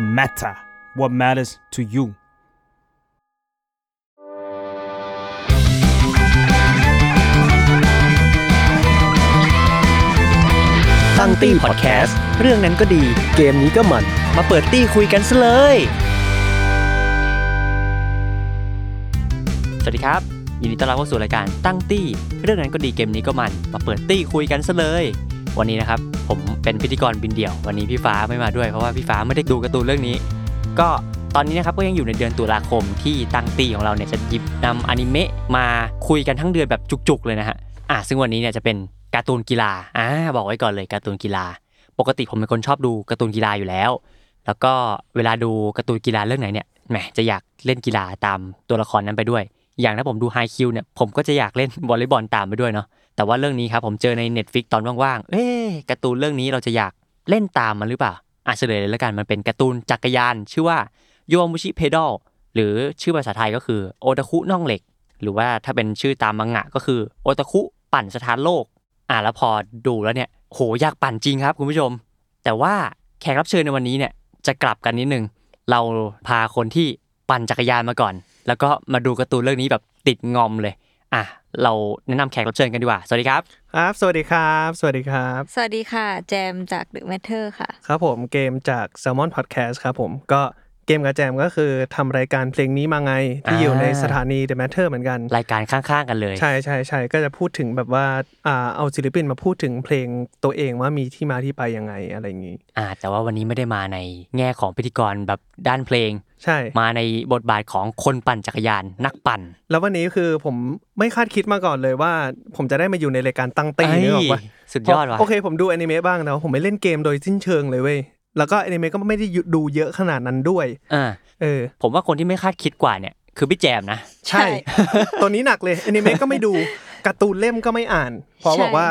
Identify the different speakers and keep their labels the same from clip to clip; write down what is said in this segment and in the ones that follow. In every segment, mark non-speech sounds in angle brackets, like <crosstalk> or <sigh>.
Speaker 1: matter what matters to you
Speaker 2: ตั้งตี้พอดแคสต์เรื่องนั้นก็ดี เกมนี้ก็มัน มาเปิดตี้คุยกันซะเลย
Speaker 3: สวัสดีครับ ยินดีต้อนรับเข้าสู่รายการตั้งตี้ เรื่องนั้นก็ดีเกมนี้ก็มัน มาเปิดตี้คุยกันซะเลย วันนี้นะครับ ผมเป็นพิธีกรบินเดี่ยว วันนี้พี่ฟ้าไม่มาด้วยเพราะว่าพี่ฟ้าไม่ได้ดูการ์ตูนเรื่องนี้ ก็ตอนนี้นะครับก็ยังอยู่ในเดือนตุลาคมที่ตั้งตี้ของเราเนี่ยจะหยิบนำอนิเมะมาคุยกันทั้งเดือนแบบจุกๆเลยนะฮะอ่ะซึ่งวันนี้เนี่ยจะเป็นการ์ตูนกีฬาอ่าบอกไว้ก่อนเลยการ์ตูนกีฬา ปกติผมเป็นคนชอบดูการ์ตูนกีฬาอยู่แล้ว แล้วก็เวลาดูการ์ตูนกีฬาเรื่องไหนเนี่ยแหมจะอยากเล่นกีฬาตามตัวละครนั้นไปด้วย อย่างถ้าผมดูไฮคิวเนี่ยผมก็จะอยากเล่น <laughs> วอลเลย์บอลตามไปด้วยเนาะแต่ว่าเรื่องนี้ครับผมเจอใน Netflix ตอนว่างๆ เอ๊ะการ์ตูนเรื่องนี้เราจะอยากเล่นตามมันหรือเปล่าอ่ะเฉลยเลยแล้วกันมันเป็นการ์ตูนจักรยาน ชื่อว่าโยมุชิเพด a ลหรือชื่อภาษาไทยก็คือโอตาคุน่องเหล็ก หรือว่าถ้าเป็นชื่อตามมังงะก็คือโอตาคุปั่นสถานโลก อ่ะแล้วพอดูแล้วเนี่ยโหอยากปั่นจริงครับคุณผู้ชม แต่ว่าแขกรับเชิญในวันนี้เนี่ยจะกลับกันนิดนึง เราพาคนที่ปั่นจักรยานมาก่อน แล้วก็มาดูการ์ตูนเรื่องนี้แบบติดงอมเลย อ่ะ เราแนะนำแขกรับเชิญกันดีกว่า สวัสดีครับ
Speaker 4: ครับ สวัสดีครับ สวัสดีครับ
Speaker 5: สวัสดีค่ะ แจมจาก The Matter ค่ะ
Speaker 4: ครับผมเกมจาก s ซ l m o n Podcast ครับผมก็เกมกับแจมก็คือทำรายการเพลงนี้มาไง ที่
Speaker 3: อ่า
Speaker 4: อยู่ในสถานี The Matter เหมือนกัน
Speaker 3: รายการข้างๆกันเลย
Speaker 4: ใช่ใช่ใช่ก็จะพูดถึงแบบว่าอ่าเอาศิลปินมาพูดถึงเพลงตัวเองว่ามีที่มาที่ไปยังไงอะไรอย่างนี้
Speaker 3: อ่ะแต่ว่าวันนี้ไม่ได้มาในแง่ของพิธีกรแบบด้านเพลง
Speaker 4: ใช่
Speaker 3: มาในบทบาทของคนปั่นจักรยาน นักปั่น
Speaker 4: แล้ววันนี้คือผมไม่คาดคิดมาก่อนเลยว่า ผมจะได้มาอยู่ในรายการตั้งตีนี่หรอกว่า
Speaker 3: เอ้ยสุดยอดว่ะ
Speaker 4: โอเคผมดูอนิเมะบ้างแต่ว่าผมไม่เล่นเกมโดยสิ้นเชิงเลยเว้ยแล้วก็อนิเมะก็ไม่ได้ดูเยอะขนาดนั้นด้วย
Speaker 3: อ่า
Speaker 4: เออ
Speaker 3: ผมว่าคนที่ไม่คาดคิดกว่าเนี่ย คือพี่แจมนะ
Speaker 4: ใช่ ตัวนี้หนักเลยอนิเมะก็ไม่ดูการ์ตูนเล่มก็ไม่อ่าน เพราะ
Speaker 5: ใช่
Speaker 4: บอกว่า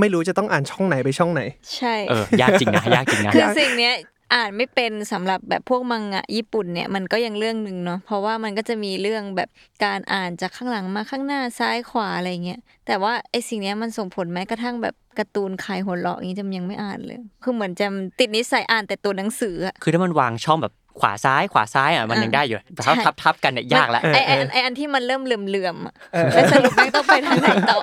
Speaker 4: ไม่รู้จะต้องอ่านช่องไหนไปช่องไหน
Speaker 5: ใช่
Speaker 3: เออ ยากจริงนะ ยากจริงนะ
Speaker 5: คือสิ่งเนี้ยอ่านไม่เป็นสำหรับแบบพวกมังงะญี่ปุ่นเนี่ยมันก็ยังเรื่องหนึ่งเนาะเพราะว่ามันก็จะมีเรื่องแบบการอ่านจากข้างหลังมาข้างหน้าซ้ายขวาอะไรเงี้ยแต่ว่าไอสิ่งเนี้ยมันส่งผลแม้กระทั่งแบบการ์ตูนขายหัวเราะอย่างงี้แจำยังไม่อ่านเลย คือเหมือนแจำติดนิสัยอ่านแต่ตัวหนังสืออะ
Speaker 3: คือถ้ามันวางช่องแบบขวาซ้ายขวาซ้ายอ่ะมันยังได้อยู่แต่ถ้า
Speaker 5: ใช่
Speaker 3: ทับทับๆกันเนี่ยยากละ <laughs>
Speaker 5: ไอไออันไออันที่มันเริ่มเหลื่อมๆอะแล้วสรุปแม่งต้องไปทางไหนต่อ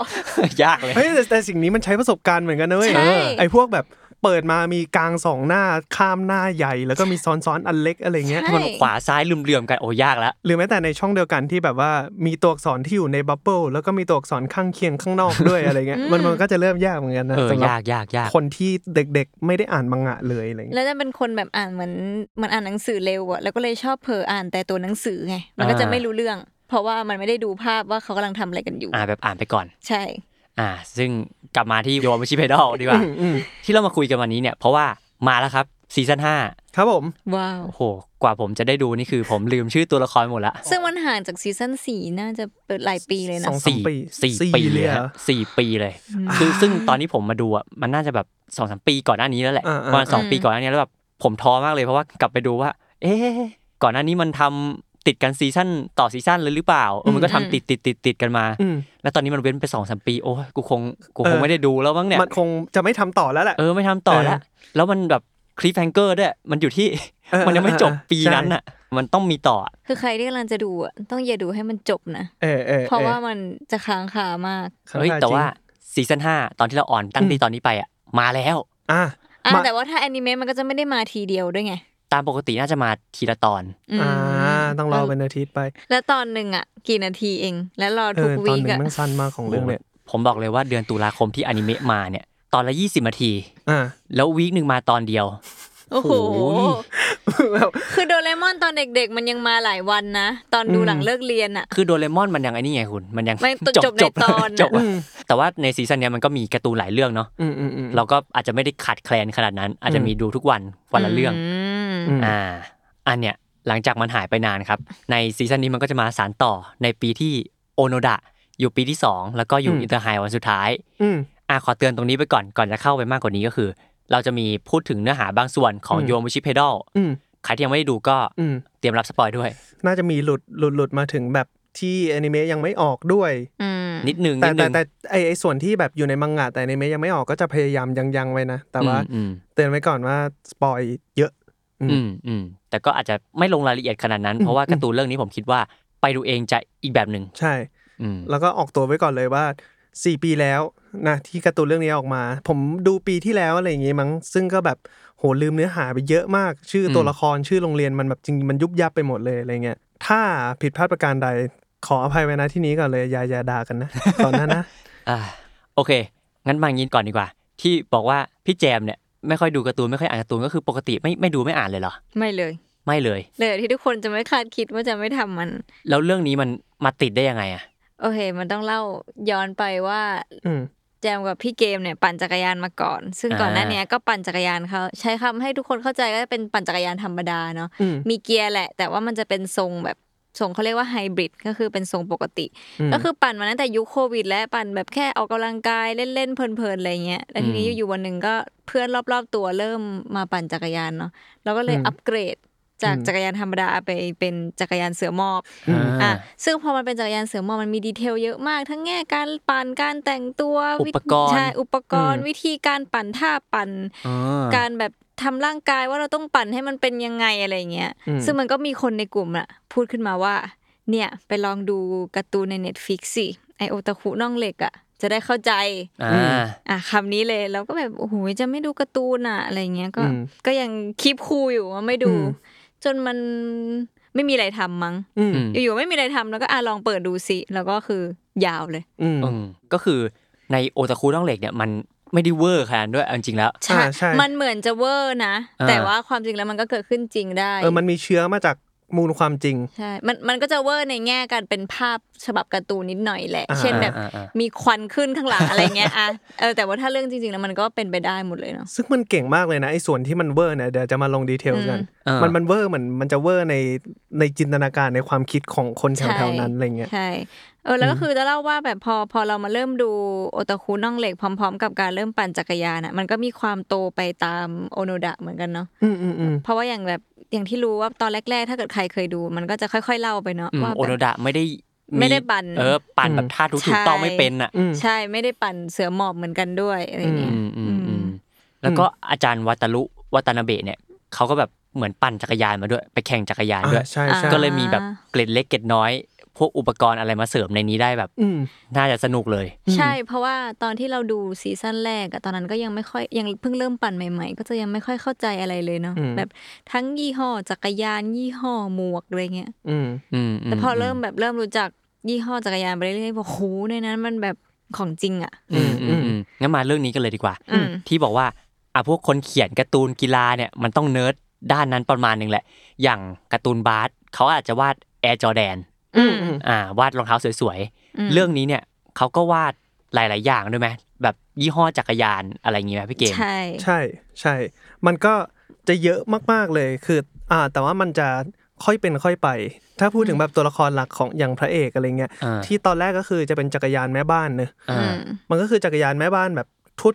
Speaker 3: ยากเลย
Speaker 4: เฮ้ยแต่แต่สิ่งนี้มันใช้ประสบการณ์เหมือนกันนะเว้ย
Speaker 5: ใช่
Speaker 4: ไอ้พวกแบบเปิดมามีกลางสองหน้าข้ามหน้าใหญ่ แล้วก็มีซ้อนซ้อนๆอันเล็กอะไรเงี้ย
Speaker 5: ใช่
Speaker 3: ถ้ามันขวาซ้ายลืมเหลื่อมๆกันโอ้ยากละ
Speaker 4: หรือแม้แต่ในช่องเดียวกันที่แบบว่ามีตัวอักษรที่อยู่ในบับเบิลแล้วก็มีตัวอักษรข้างเคียงข้างนอกด้วยอะไรเงี้ยมันมันก็จะเริ่มยากเหมือนกันนะ
Speaker 3: เออ
Speaker 4: สำหรับ
Speaker 3: ยากยากยาก
Speaker 4: คนที่เด็กๆ ไม่ได้อ่านมังงะเลยอะไรเงี้ย
Speaker 5: แล้วจะเป็นคนแบบอ่านเหมือนเหมันอ่านหนังสือเร็วอะแล้วก็เลยชอบเผลออ่านแต่ตัวหนังสือไง มันก็จะไม่รู้เรื่อง เพราะว่ามันไม่ได้ดูภาพว่าเขากำลังทำอะไรกันอยู่
Speaker 3: อ่าแบบอ่านไปก่อน
Speaker 5: ใช่
Speaker 3: อ่า ซึ่งกลับมาที่โยมชิเพดอลดีกว่า ที่เรามาคุยกันวันนี้เนี่ย เพราะว่ามาแล้วครับซีซั่นห้า
Speaker 4: ครับผม
Speaker 5: ว้าว
Speaker 3: โอ้โห กว่าผมจะได้ดูนี่คือผมลืมชื่อตัวละครหมดละ
Speaker 5: ซึ่งมันห่างจากซีซั่นสี่น่าจะเปิดหลายปีเลย
Speaker 4: ส
Speaker 5: นะ
Speaker 4: องสาม
Speaker 3: สี่
Speaker 4: ปี
Speaker 3: สี่ปีเลย
Speaker 4: หร
Speaker 3: ฮะ
Speaker 4: อ
Speaker 3: สี่ปีเลย คือซึ่งตอนที่ผมมาดูอ่ะมันน่าจะแบบสองสามปีก่อนหน้านี้แล้วแหละ
Speaker 4: อ่า
Speaker 3: ป
Speaker 4: ๆ
Speaker 3: ระมาณสอง
Speaker 5: อืม
Speaker 3: ปีก่อนหน้านี้แล้วแบบผมท้อมากเลยเพราะว่ากลับไปดูว่า เอ๊ะก่อนหน้านี้มันทำติดกันซีซั่นต่อซีซั่นเลยหรือเปล่าเออมันก็ทำติดติดติดติดกันมา
Speaker 4: อืม
Speaker 3: แล้วตอนนี้มันเว้นไปสองสามปี โอ้ยกูคงกูค
Speaker 4: เอง อ
Speaker 3: ไม่ได้ดูแล้วมั้งเนี่ย
Speaker 4: มันคงจะไม่ทำต่อแล้วแหละ
Speaker 3: เออไม่ทำต่อแล้ว แล้วมันแบบคลิฟแฮงเกอร์ด้วย มันอยู่ที่
Speaker 4: เออ
Speaker 3: มันยังไม่จบ
Speaker 4: เออเออ
Speaker 3: ปี
Speaker 4: ใช่
Speaker 3: นั้นอ่ะ มันต้องมีต่ออะ
Speaker 5: คือใครที่กำลังจะดูอะต้องอย่าดูให้มันจบนะ
Speaker 4: เออออออ
Speaker 5: เพราะว่ามันจะค้างคามาก
Speaker 4: ครั้ง
Speaker 3: เฮ้ย
Speaker 4: คจริง
Speaker 3: แต่ว่าซีซั่นห้าตอนที่เราอ่อนตั้งตีตอนนี้ไปอ่ะมาแล้ว
Speaker 4: อ่ะ
Speaker 5: อ่ะ
Speaker 4: มา
Speaker 5: แต่ว่าถ้าแอนิเมะมันก็จะไม่ได้มาทีเดียวด้วยไง
Speaker 3: ตามปกติน่าจะมาทีละตอน
Speaker 5: อืม
Speaker 4: อ่าต้องรอเป็นอาทิตย์ไป
Speaker 5: แล้วตอนหนึ่งอะกี่นาทีเอง แล้วรอ
Speaker 4: เอ
Speaker 5: ทุก
Speaker 4: อต
Speaker 5: วี
Speaker 4: อนหนึ่
Speaker 5: ก
Speaker 4: ง
Speaker 5: อะ
Speaker 4: แมันสั้นมากของเรื่องเนี่ย
Speaker 3: ผมบอกเลยว่าเดือนตุลาคมที่อนิเมะมาเนี่ย ตอนละ 20นาที
Speaker 4: อ่า
Speaker 3: แล้ววีคหนึ่งมาตอนเดียว
Speaker 5: โอ้โห
Speaker 3: โอ้โห
Speaker 5: คือโดเรมอนตอนเด็กๆ มันยังมาหลายวันนะ ตอนดูหลังเลิกเรียนอะ
Speaker 3: คือโดเรมอนมันยังไอ้นี่ไงคุณ มันยัง
Speaker 5: ไม่จบจบในตอนน่ะ
Speaker 3: จบะแต่ว่าในซีซั่นเนี้ยมันก็มีการ์ตูนหลายเรื่องเนาะ
Speaker 4: อืมอืมอืม
Speaker 3: เราก็อาจจะไม่ได้ขาดแคลนขนาดนั้น อาจจะมีดูทุกวันวันละเรื่อง
Speaker 5: ม
Speaker 4: อืม
Speaker 3: อ่า อันเนี้ยหลังจากมันหายไปนานครับ ในซีซั่นนี้มันก็จะมาสารต่อในปีที่โอโนดะอยู่ปีที่สองแล้วก็อยู่
Speaker 4: อืม
Speaker 3: อินเตอร์ไฮวันสุดท้าย
Speaker 4: อืม
Speaker 3: อ่ะขอเตือนตรงนี้ไปก่อนก่อนจะเข้าไปมากกว่านี้ก็คือ เราจะมีพูดถึงเนื้อหาบางส่วนของ
Speaker 4: อืม
Speaker 3: โยมุชิเพดอล
Speaker 4: อืม
Speaker 3: ใครที่ยังไม่ได้ดูก็
Speaker 4: อืม
Speaker 3: เตรียมรับสปอยด้วย
Speaker 4: น่าจะมีหลุดหลุดหลุดมาถึงแบบที่แอนิเมะยังไม่ออกด้วย
Speaker 5: อืม
Speaker 3: นิดนึง
Speaker 4: แต่
Speaker 3: นิดนึ
Speaker 4: แต่
Speaker 3: ง
Speaker 4: แต่ไอไอส่วนที่แบบอยู่ในมังงะแต่แอนิเมะยังไม่ออกก็จะพยายามยังยังไว้นะ แต่ว่า
Speaker 3: อืมอืม
Speaker 4: เตือนไว้ก่อนว่าสปอยเยอะ อืม
Speaker 3: อืมอืมแต่ก็อาจจะไม่ลงรายละเอียดขนาดนั้น เพราะว่าการ์ตูนเรื่องนี้ผมคิดว่าไปดูเองจะอีกแบบหนึ่ง
Speaker 4: ใช่
Speaker 3: อืม
Speaker 4: แล้วก็ออกตัวไว้ก่อนเลยว่า 4 ปีแล้วนะที่การ์ตูนเรื่องนี้ออกมา ผมดูปีที่แล้วอะไรอย่างงี้มั้งซึ่งก็แบบโหลืมเนื้อหาไปเยอะมาก ชื่อตัว
Speaker 3: อืม
Speaker 4: ละครชื่อโรงเรียนมันแบบจริงๆมันยุบยับไปหมดเลยอะไรเงี้ยถ้าผิดพลาดประการใดขออภัยไว้นะที่นี้ก่อนเลยอย่าอย่าด่ากันนะ ตอนนั้นนะ
Speaker 3: อ่าโอเค งั้นมางี้ก่อนดีกว่า ที่บอกว่าพี่แจมเนี่ยไม่ค่อยดูการ์ตูนไม่ค่อยอ่านการ์ตูนก็คือปกติไม่ไม่ดูไม่อ่านเลยเหรอ
Speaker 5: ไม่เลย
Speaker 3: ไม่เลย
Speaker 5: เลยที่ทุกคนจะไม่คาดคิดว่าจะไม่ทำมัน
Speaker 3: แล้วเรื่องนี้มันมาติดได้ยังไงอ่ะ
Speaker 5: โอเค มันต้องเล่าย้อนไปว่า
Speaker 4: อืม
Speaker 5: แจมกับพี่เกมเนี่ยปั่นจักรยานมาก่อน ซึ่งก่อนหน้า
Speaker 3: อ่า
Speaker 5: เนี้ยก็ปั่นจักรยานเขาใช้คำให้ทุกคนเข้าใจก็จะเป็นปั่นจักรยานธรรมดาเนาะ
Speaker 4: อืม
Speaker 5: มีเกียร์แหละ แต่ว่ามันจะเป็นทรงแบบทรงเขาเรียกว่าไฮบริดก็คือเป็นทรงปกติ
Speaker 4: อืม
Speaker 5: ก็คือปั่นมาตั้งแต่ยุคโควิด และปั่นแบบแค่ออกกำลังกายเล่นๆเพลินๆอะไรเงี้ยแล้วทีนี้
Speaker 3: อืม
Speaker 5: อยู่วันหนึ่งก็เพื่อนรอบๆตัวเริ่มมาปั่นจักรยานเนาะแล้วก็เลย
Speaker 4: อืม
Speaker 5: อัปเกรดจาก
Speaker 4: อืม
Speaker 5: จักรยานธรรมดาไปเป็นจักรยานเสือหมอบ
Speaker 4: อืม
Speaker 5: อ่ะซึ่งพอมันเป็นจักรยานเสือหมอบมันมีดีเทลเยอะมาก ทั้งแง่การปั่นการแต่งตัววิ
Speaker 3: อุ
Speaker 5: ธี
Speaker 3: ปกรณ์
Speaker 5: ใช่อุปกรณ์
Speaker 4: อืม
Speaker 5: วิธีการปั่นท่าปั่น
Speaker 3: อ่า
Speaker 5: การแบบทำร่างกายว่าเราต้องปั่นให้มันเป็นยังไงอะไรเงี้ย
Speaker 4: อืม
Speaker 5: ซึ่งมันก็มีคนในกลุ่มอะพูดขึ้นมาว่า เนี่ยไปลองดูการ์ตูนใน Netflix สิ ไอโอตาคุน่องเหล็กอะจะได้เข้าใจ
Speaker 3: อ่า
Speaker 5: อ่ะคำนี้เลยเราก็แบบโอ้โหจะไม่ดูการ์ตูนอะอะไรเงี้ยก็
Speaker 4: อืม
Speaker 5: ก็ยังคีบคูลอยู่ว่าไม่ดู
Speaker 4: อืม
Speaker 5: จนมันไม่มีอะไรทำมั้ง
Speaker 4: อืม
Speaker 3: อืม
Speaker 5: อยู่ๆไม่มีอะไรทำแล้วก็อ่ะลองเปิดดูสิ แล้วก็คือยาวเลย
Speaker 4: อืม
Speaker 3: อืมก็คือในโอตาคุต้องเหล็กเนี่ยมันไม่ได้เวอร์ขนาดนั้นด้วยเอาจริงๆแล้ว
Speaker 5: ใช่
Speaker 4: อ่าใช่
Speaker 5: มันเหมือนจะเวอร์นะ
Speaker 3: อ่า
Speaker 5: แต่ว่าความจริงแล้วมันก็เกิดขึ้นจริงได้
Speaker 4: เออมันมีเชื้อมาจากมูลความจริง
Speaker 5: ใช่ มัน มันก็จะเวอร์ในแง่การเป็นภาพฉบับการ์ตูนนิดหน่อยแหละ
Speaker 4: อ่า
Speaker 5: เช่นแบบ
Speaker 3: อ่าอ่า
Speaker 5: มีควันขึ้นข้างหลัง <laughs> อะไรเงี้ย อ่ะ เออ แต่ว่าถ้าเรื่องจริงๆ แล้วมันก็เป็นไปได้หมดเลยเนาะ
Speaker 4: ซึ่งมันเก่งมากเลยนะไอ้ส่วนที่มันเวอร์เนี่ยเดี๋ยวจะมาลงดีเทลกัน
Speaker 3: อืม
Speaker 4: มันมันเวอร์เหมือนมันจะเวอร์ในในจินตนาการในความคิดของคนแถวๆนั้น
Speaker 5: ใช่
Speaker 4: อะไรเงี้ย
Speaker 5: ใช่ เออ แล้วก็คือจะเล่าว่าแบบพอ พอเรามาเริ่มดูโอตาคุน่องเหล็กพร้อม ๆ กับการเริ่มปั่นจักรยานอ่ะ มันก็มีความโตไปตามโอโนดะเหมือนกันเนาะ
Speaker 4: อืมอืมอืม
Speaker 5: เพราะว่าอย่างแบบอย่างที่รู้ว่าตอนแรก ๆ ถ้าเกิดใครเคยดู มันก็จะค่อย ๆ เล่าไปเนาะ
Speaker 3: อืม
Speaker 5: ว่า
Speaker 3: โอ
Speaker 5: แบ
Speaker 3: โน
Speaker 5: บ
Speaker 3: ดะไม่ได้
Speaker 5: ไม่ได้ปั่น
Speaker 3: เออปั่น
Speaker 4: อืม
Speaker 3: แบบท่าทุกถูกต้องไม่เป็นอ่ะ
Speaker 4: อืม
Speaker 5: ใช่ ไม่ได้ปั่นเสือหมอบเหมือนกันด้วยอะไรเงี้ย
Speaker 3: อืมอืม
Speaker 5: อื
Speaker 3: อื
Speaker 5: ม
Speaker 3: มแล้วก็อาจารย์วัตารุวัตานาเบะเนี่ยเขาก็แบบเหมือนปั่นจักรยานมาด้วย ไปแข่งจักรยานด้วย
Speaker 4: อ่าใช่ใช่
Speaker 3: ก็เลยมีแบบเกร็ดเล็กเกร็ดน้อย พวกอุปกรณ์อะไรมาเสริมในนี้ได้แบบ
Speaker 4: อืม
Speaker 3: น่าจะสนุกเลย
Speaker 5: ใช่ เพราะว่าตอนที่เราดูซีซั่นแรกอะตอนนั้นก็ยังไม่ค่อยยังเพิ่งเริ่มปั่นใหม่ ๆ ก็จะยังไม่ค่อยเข้าใจอะไรเลยเนาะ
Speaker 4: อืม
Speaker 5: แบบทั้งยี่ห้อจักรยานยี่ห้อหมวกอะไรเงี้ย
Speaker 4: อืม
Speaker 3: อืม
Speaker 5: แต่พอเริ่มแบบเริ่มรู้จักยี่ห้อจักรยานไปเรื่อยๆบอกโหในนั้นมันแบบของจริงอะ
Speaker 3: อืมอืมอืมงั้นมาเรื่องนี้กันเลยดีกว่า
Speaker 5: อืม
Speaker 3: ที่บอกว่าอ่ะพวกคนเขียนการ์ตูนกีฬาเนี่ยมันต้องเนิร์ดด้านนั้นประมาณหนึ่งแหละ อย่างการ์ตูนบาสเขาอาจจะวาดแอร์จอแดน
Speaker 5: อืม
Speaker 3: อ่าวาดรองเท้าสวย
Speaker 5: อืม
Speaker 3: ๆ เรื่องนี้เนี่ยเขาก็วาดหลาย ๆ อย่างด้วยไหมแบบยี่ห้อจักรยานอะไรอย่างงี้ไหมพี่เกม
Speaker 5: ใช่
Speaker 4: ใช่ใช่ มันก็จะเยอะมากๆเลย คือ อ่า แต่ว่ามันจะค่อยเป็นค่อยไป ถ้าพูดถึงแบบตัวละครหลักของอย่างพระเอกอะไรเงี้ย
Speaker 3: อ่า
Speaker 4: ที่ตอนแรกก็คือจะเป็นจักรยานแม่บ้านเนอะ
Speaker 5: อื
Speaker 3: อ่า
Speaker 5: ม
Speaker 4: มันก็คือจักรยานแม่บ้านแบบ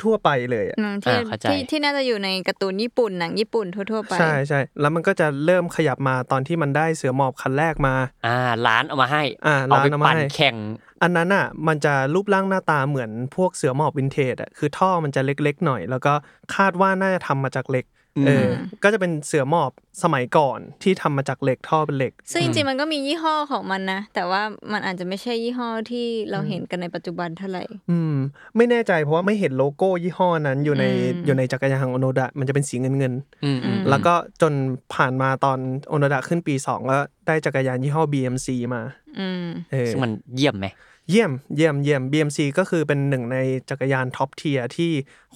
Speaker 4: ทั่ว ๆ ไปเลยอะ
Speaker 5: อืมที่
Speaker 3: อ่าเข้าใจ
Speaker 5: ที่ที่น่าจะอยู่ในการ์ตูนญี่ปุ่นหนังญี่ปุ่นทั่วๆไป
Speaker 4: ใช่ใช่ แล้วมันก็จะเริ่มขยับมาตอนที่มันได้เสือหมอบคันแรกมา
Speaker 3: อ่าร้านเอามาให้
Speaker 4: อ่า
Speaker 3: เอา
Speaker 4: ร้าน
Speaker 3: ไป
Speaker 4: เอามา
Speaker 3: ปั่น
Speaker 4: ให้
Speaker 3: แข่ง
Speaker 4: อันนั้นอ่ะมันจะรูปร่างหน้าตาเหมือนพวกเสือหมอบวินเทจอ่ะคือท่อมันจะเล็กๆหน่อย แล้วก็คาดว่าน่าจะทำมาจากเหล็กเอออก็จะเป็นเสือหมอบสมัยก่อนที่ทำมาจากเหล็กท่อเป็นเหล็ก
Speaker 5: ซึ่งจริงๆมันก็มียี่ห้อของมันนะแต่ว่ามันอาจจะไม่ใช่ยี่ห้อที่เราเห็นกันในปัจจุบันเท่าไหร่
Speaker 4: อืม ไม่แน่ใจเพราะว่าไม่เห็นโลโก้ยี่ห้อนั้นอยู่ใน
Speaker 5: อืม
Speaker 4: อยู่ในจักรยานของโอโนดะมันจะเป็นสีเงินเงิน
Speaker 3: อืมอืม
Speaker 4: ๆแล้วก็จนผ่านมาตอนโอโนดะขึ้นปี 2 ก็ได้จักรยานยี่ห้อ BMC มา
Speaker 5: อืม
Speaker 4: เออ
Speaker 3: ซึ่งมันเยี่ยมไหม
Speaker 4: เยี่ยมเยี่ยมเยี่ยม BMC ก็คือเป็นหนึ่งในจักรยานท็อปเทียที่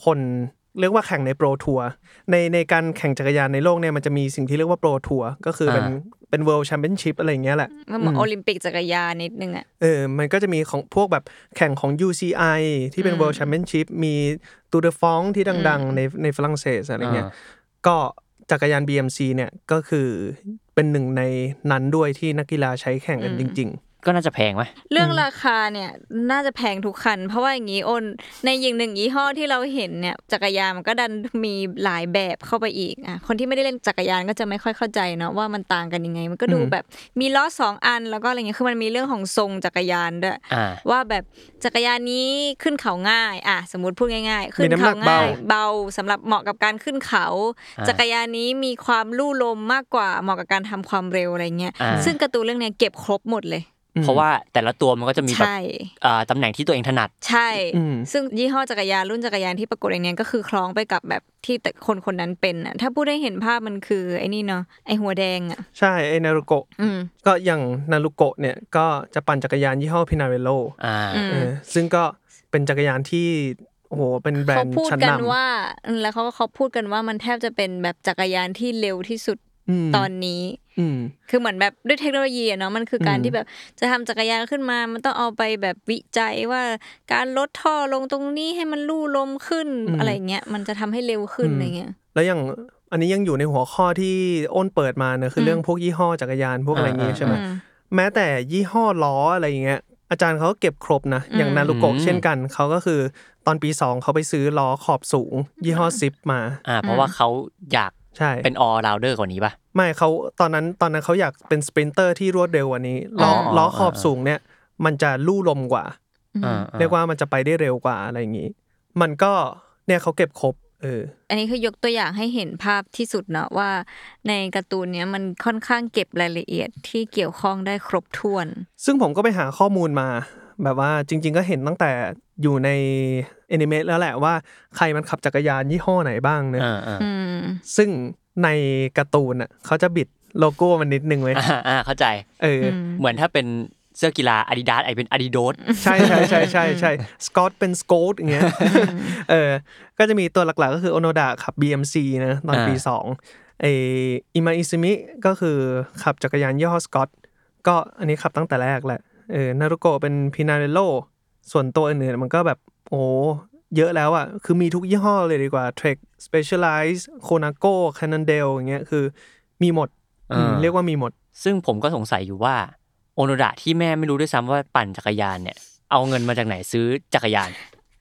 Speaker 4: คนเรียกว่าแข่งในโปรทัวร์ในในการแข่งจักรยานในโลกเนี่ยมันจะมีสิ่งที่เรียกว่าโปรทัวร์ก็คือเป็น
Speaker 3: อ่า
Speaker 4: เป็นเวิลด์แชมเปี้ยนชิพอะไรอย่างเงี้ยแหละ
Speaker 5: ก็เหมือนโอลิมปิกจักรยานนิดนึงอ่ะ
Speaker 4: เออ มันก็จะมีของพวกแบบแข่งของ UCI ที่เป็น
Speaker 5: อืม
Speaker 4: World Championship มีตูเดฟองที่ดัง ๆ ในในฝรั่งเศสอะไรเงี้ย ก็จักรยาน BMC เนี่ยก็คือเป็นหนึ่งในนั้นด้วยที่นักกีฬาใช้แข่งกัน
Speaker 5: อืม
Speaker 4: จริง
Speaker 3: ก็น่าจะแพงไหม
Speaker 5: เรื่องราคาเนี่ยน่าจะแพงทุกคัน เพราะว่าอย่างนี้โอนในอย่างหนึ่งยี่ห้อที่เราเห็นเนี่ยจักรยานมันก็ดันมีหลายแบบเข้าไปอีกอ่ะคนที่ไม่ได้เล่นจักรยานก็จะไม่ค่อยเข้าใจเนาะว่ามันต่างกันยังไง มันก็ดู
Speaker 4: อืม
Speaker 5: แบบมีล้อสองอันแล้วก็อะไรเงี้ยคือมันมีเรื่องของทรงจักรยานด้วย
Speaker 3: อ่า
Speaker 5: ว่าแบบจักรยานนี้ขึ้นเขาง่าย อ่ะสมมติพูดง่ายๆ ขึ้น
Speaker 4: มีน้ำหนั
Speaker 5: เขา
Speaker 4: กเบา
Speaker 5: ง่ายเบาสำหรับเหมาะกับการขึ้นเขา
Speaker 3: อ่า
Speaker 5: จักรยานนี้มีความลู่ลมมากกว่าเหมาะกับการทำความเร็วอะไรเงี้ย
Speaker 3: อ่า
Speaker 5: ซึ่งการ์ตูนเรื่องเนี้ยเก็บครบหมดเลย
Speaker 4: อืม
Speaker 3: เพราะว่าแต่ละตัวมันก็จะมีแบบ
Speaker 5: ใช่
Speaker 3: อ่าตำแหน่งที่ตัวเองถนัด
Speaker 5: ใช่
Speaker 4: อืม
Speaker 5: ซึ่งยี่ห้อจักรยานรุ่นจักรยานที่ปรากฏในเนี้ยก็คือคล้องไปกับแบบที่แต่คนคนนั้นเป็นอ่ะถ้าพูดให้เห็นภาพมันคือไอ้นี่เนาะไอ้หัวแดงอ่ะ
Speaker 4: ใช่ไอ้นารุโกะ
Speaker 5: อืม
Speaker 4: ก็อย่างนารุโกะเนี่ยก็จะปั่นจักรยานยี่ห้อพินาเวโล
Speaker 3: อ่า
Speaker 5: อืม
Speaker 4: เออซึ่งก็เป็นจักรยานที่โอ้โหเป็นแบร
Speaker 5: เขา
Speaker 4: นด์
Speaker 5: พูด
Speaker 4: ชั้น
Speaker 5: กัน น
Speaker 4: ำ
Speaker 5: ว่าอืมแล้วเขาก็เขาพูดกันว่ามันแทบจะเป็นแบบจักรยานที่เร็วที่สุด
Speaker 4: ม
Speaker 5: ตอนนี้
Speaker 4: อืม
Speaker 5: คือเหมือนแบบด้วยเทคโนโลยีอะเนาะมันคือการ
Speaker 4: อืม
Speaker 5: ที่แบบจะทำจักรยานขึ้นมา มันต้องเอาไปแบบวิจัยว่าการลดท่อลงตรงนี้ให้มันลู่ลมขึ้นอะไรเงี้ยมันจะทำให้เร็วขึ้นอะไรเงี้ย
Speaker 4: แล้วอย่างอันนี้ยังอยู่ในหัวข้อที่อ้นเปิดมาเนอะคืออ
Speaker 5: ม
Speaker 4: เรื่องพวกยี่ห้อจักรยานพวกอะไรอย่างงี้
Speaker 3: อ่า
Speaker 4: ใช่ไหม
Speaker 5: อืม
Speaker 4: แม้แต่ยี่ห้อล้ออะไรอย่างเงี้ยอาจารย์เขาก็เก็บครบนะอย่าง
Speaker 5: อืม
Speaker 4: นารุโกะเช่นกันเขาก็คือตอนปีสองเขาไปซื้อล้อขอบสูง ยี่ห้อซิปมา
Speaker 3: อ่า เพราะว่าเขาอยาก
Speaker 4: ใช่
Speaker 3: เป็นออราวเดอร์กว่านี้ป่ะ
Speaker 4: ไม่เขาตอนนั้นตอนนั้นเขาอยากเป็นสปรินเตอร์ที่รวดเร็วกว่านี้ล้ออ
Speaker 3: อ
Speaker 4: ล้อขอบสูงเนี่ยมันจะลู่ลมกว่า
Speaker 3: อ่า
Speaker 4: เรียกว่ามันจะไปได้เร็วกว่าอะไรอย่างนี้ มันก็เนี่ยเขาเก็บครบเออ
Speaker 5: อันนี้คือยกตัวอย่างให้เห็นภาพที่สุดเนาะว่า ในการ์ตูนเนี้ยมันค่อนข้างเก็บรายละเอียดที่เกี่ยวข้องได้ครบถ้วน
Speaker 4: ซึ่งผมก็ไปหาข้อมูลมา แบบว่าจริง ๆ ก็เห็นตั้งแต่อยู่ในแอนิเมตแล้วแหละว่าใครมันขับจักรยานยี่ห้อไหนบ้างเนอะ
Speaker 3: อ่าอ่า
Speaker 5: อืม
Speaker 4: ซึ่งในการ์ตูนอ่ะเขาจะบิดโลโก้มันนิดนึงเว้ย
Speaker 3: อ่าอ่าเข้าใจ
Speaker 4: เอออ
Speaker 3: เหมือนถ้าเป็นเสื้อกีฬาอาดิดาสไอเป็นอาดิโดส
Speaker 4: ใช่ใช่ใช่ใช่ใช่สกอตเป็นสโกตอย่างเงี้ยเออก็จะมีตัวหลัก ๆ ก็คือโอโนดะขับ BMC นะตอนปี
Speaker 3: อ่า
Speaker 4: สองไออิมาอิซึมิก็คือขับจักรยานยี่ห้อสกอตก็อันนี้ขับตั้งแต่แรกแหละเออนารุโกะเป็นพินาเรโล ส่วนตัวอื่นๆมันก็แบบโอ้เยอะแล้วอะคือมีทุกยี่ห้อเลยดีกว่า Trek Specialized Conaco Cannondale อย่างเงี้ยคือมีหมด
Speaker 3: อ่า
Speaker 4: อืมเรียกว่ามีหมด
Speaker 3: ซึ่งผมก็สงสัยอยู่ว่าโอโนดะที่แม่ไม่รู้ด้วยซ้ำว่าปั่นจักรยานเนี่ย เอาเงินมาจากไหนซื้อจักรยาน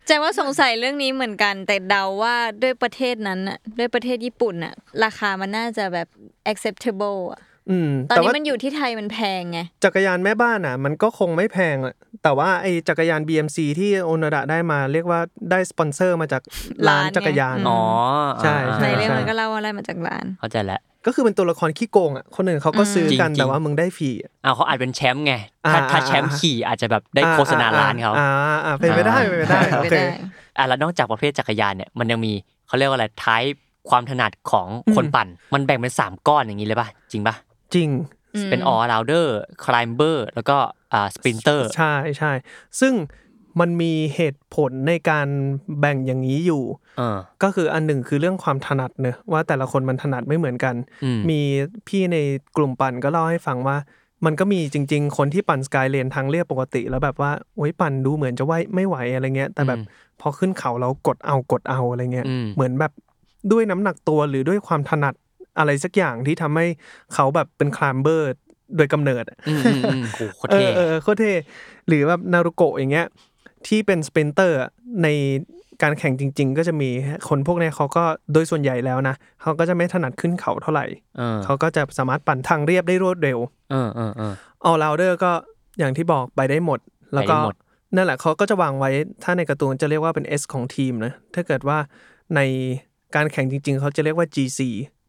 Speaker 5: แจงว่าสงสัยเรื่องนี้เหมือนกัน แต่เดาว่าด้วยประเทศนั้นน่ะด้วยประเทศญี่ปุ่นน่ะราคามันน่าจะแบบ acceptable อะ
Speaker 4: อืม
Speaker 5: ตอน
Speaker 4: แต่
Speaker 5: นี้
Speaker 4: ว่า
Speaker 5: มันอยู่ที่ไทยมันแพงไง
Speaker 4: จักรยานแม่บ้านอ่ะ มันก็คงไม่แพงแหละแต่ว่าไอ้จักรยาน BMC ที่โอนาดะได้มาเรียกว่าได้สปอนเซอร์มาจากร้าน
Speaker 5: ร้านไง
Speaker 4: จักรยาน
Speaker 5: อืม
Speaker 3: อ๋อ
Speaker 4: ใช่
Speaker 3: อ่า
Speaker 4: ใช่
Speaker 5: ในเรื่อง
Speaker 4: ช่
Speaker 5: มันก็เล่าอะไรมาจากร้าน
Speaker 3: เข้าใจแล้ว
Speaker 4: ก็คือเป็นตัวละครขี้โกงอ่ะคนอื่นเขาก็ซื้อกัน
Speaker 3: จริงๆ
Speaker 4: แต่ว่ามึงได้ฟรีอะ
Speaker 3: เอาเขาอาจเป็นแชมป์ไง ถ้า
Speaker 4: อ่า
Speaker 3: ถ้าแชม
Speaker 4: อ่า
Speaker 3: ป์
Speaker 4: อ่า
Speaker 3: ขี่อาจจะแบบได้โฆษณาร้านเขา
Speaker 4: อ่าอ่อ่าเป็นไปได้เป็นไปได้
Speaker 3: อ่า
Speaker 4: โอ
Speaker 5: ไม่
Speaker 4: เค
Speaker 5: ได้
Speaker 3: อ่ะแล้วนอกจากประเภทจักรยานเนี่ยมันยังมีเขาเรียกว่าอะไรท้ายความถนัดของคนปั่น มันแบ่งเป็น 3 ก้อนอย่างนี้เลยป่ะ จริงป่ะ
Speaker 4: จริง
Speaker 3: เป็นออราวเดอร์คล i มเบอร์แล้วก็อ่าสปรินเตอร์
Speaker 4: ใช่ใช่ซึ่งมันมีเหตุผลในการแบ่งอย่างนี้อยู่
Speaker 3: เออ
Speaker 4: ก็คืออันหนึ่งคือเรื่องความถนัดเนอะว่าแต่ละคนมันถนัดไม่เหมือนกัน
Speaker 3: อืม
Speaker 4: มีพี่ในกลุ่มปั่นก็เล่าให้ฟังว่า มันก็มีจริง ๆ คนที่ปั่นสกายเลนทางเรียบปกติ แล้วแบบว่าโอ้ยปั่นดูเหมือนจะไหวไม่ไหวอะไรเงี้ย แต่แบบ
Speaker 3: อืม
Speaker 4: พอขึ้นเขาเรากดเอากดเอาอะไรเงี้ย
Speaker 3: อืม
Speaker 4: เหมือนแบบด้วยน้ำหนักตัวหรือด้วยความถนัดอะไรสักอย่างที่ทำให้เขาแบบเป็นคลามเบอร์โดยกำเนิดอะ
Speaker 3: อืมอืมอืมโอ้โหโคตรเท่
Speaker 4: ออออโคตรเท่หรือแบบนารุโกะอย่างเงี้ยที่เป็นสปรินเตอร์อะในการแข่งจริง ๆ ก็จะมีคนพวกเนี้ยเขาก็โดยส่วนใหญ่แล้วนะเขาก็จะไม่ถนัดขึ้นเขาเท่าไหร่
Speaker 3: เออ
Speaker 4: เขาก็จะสามารถปั่นทางเรียบได้รวดเร็ว
Speaker 3: เออเออเออ
Speaker 4: ออ l ร o เดอร์ก็อย่างที่บอกไปได้หมด แล้วก็
Speaker 3: ไปได้หมด
Speaker 4: นั่นแหละเขาก็จะวางไว้ถ้าในการ์ตูนจะเรียกว่าเป็น S ของทีมนะถ้าเกิดว่าในการแข่งจริง ๆ เขาจะเรียกว่า GC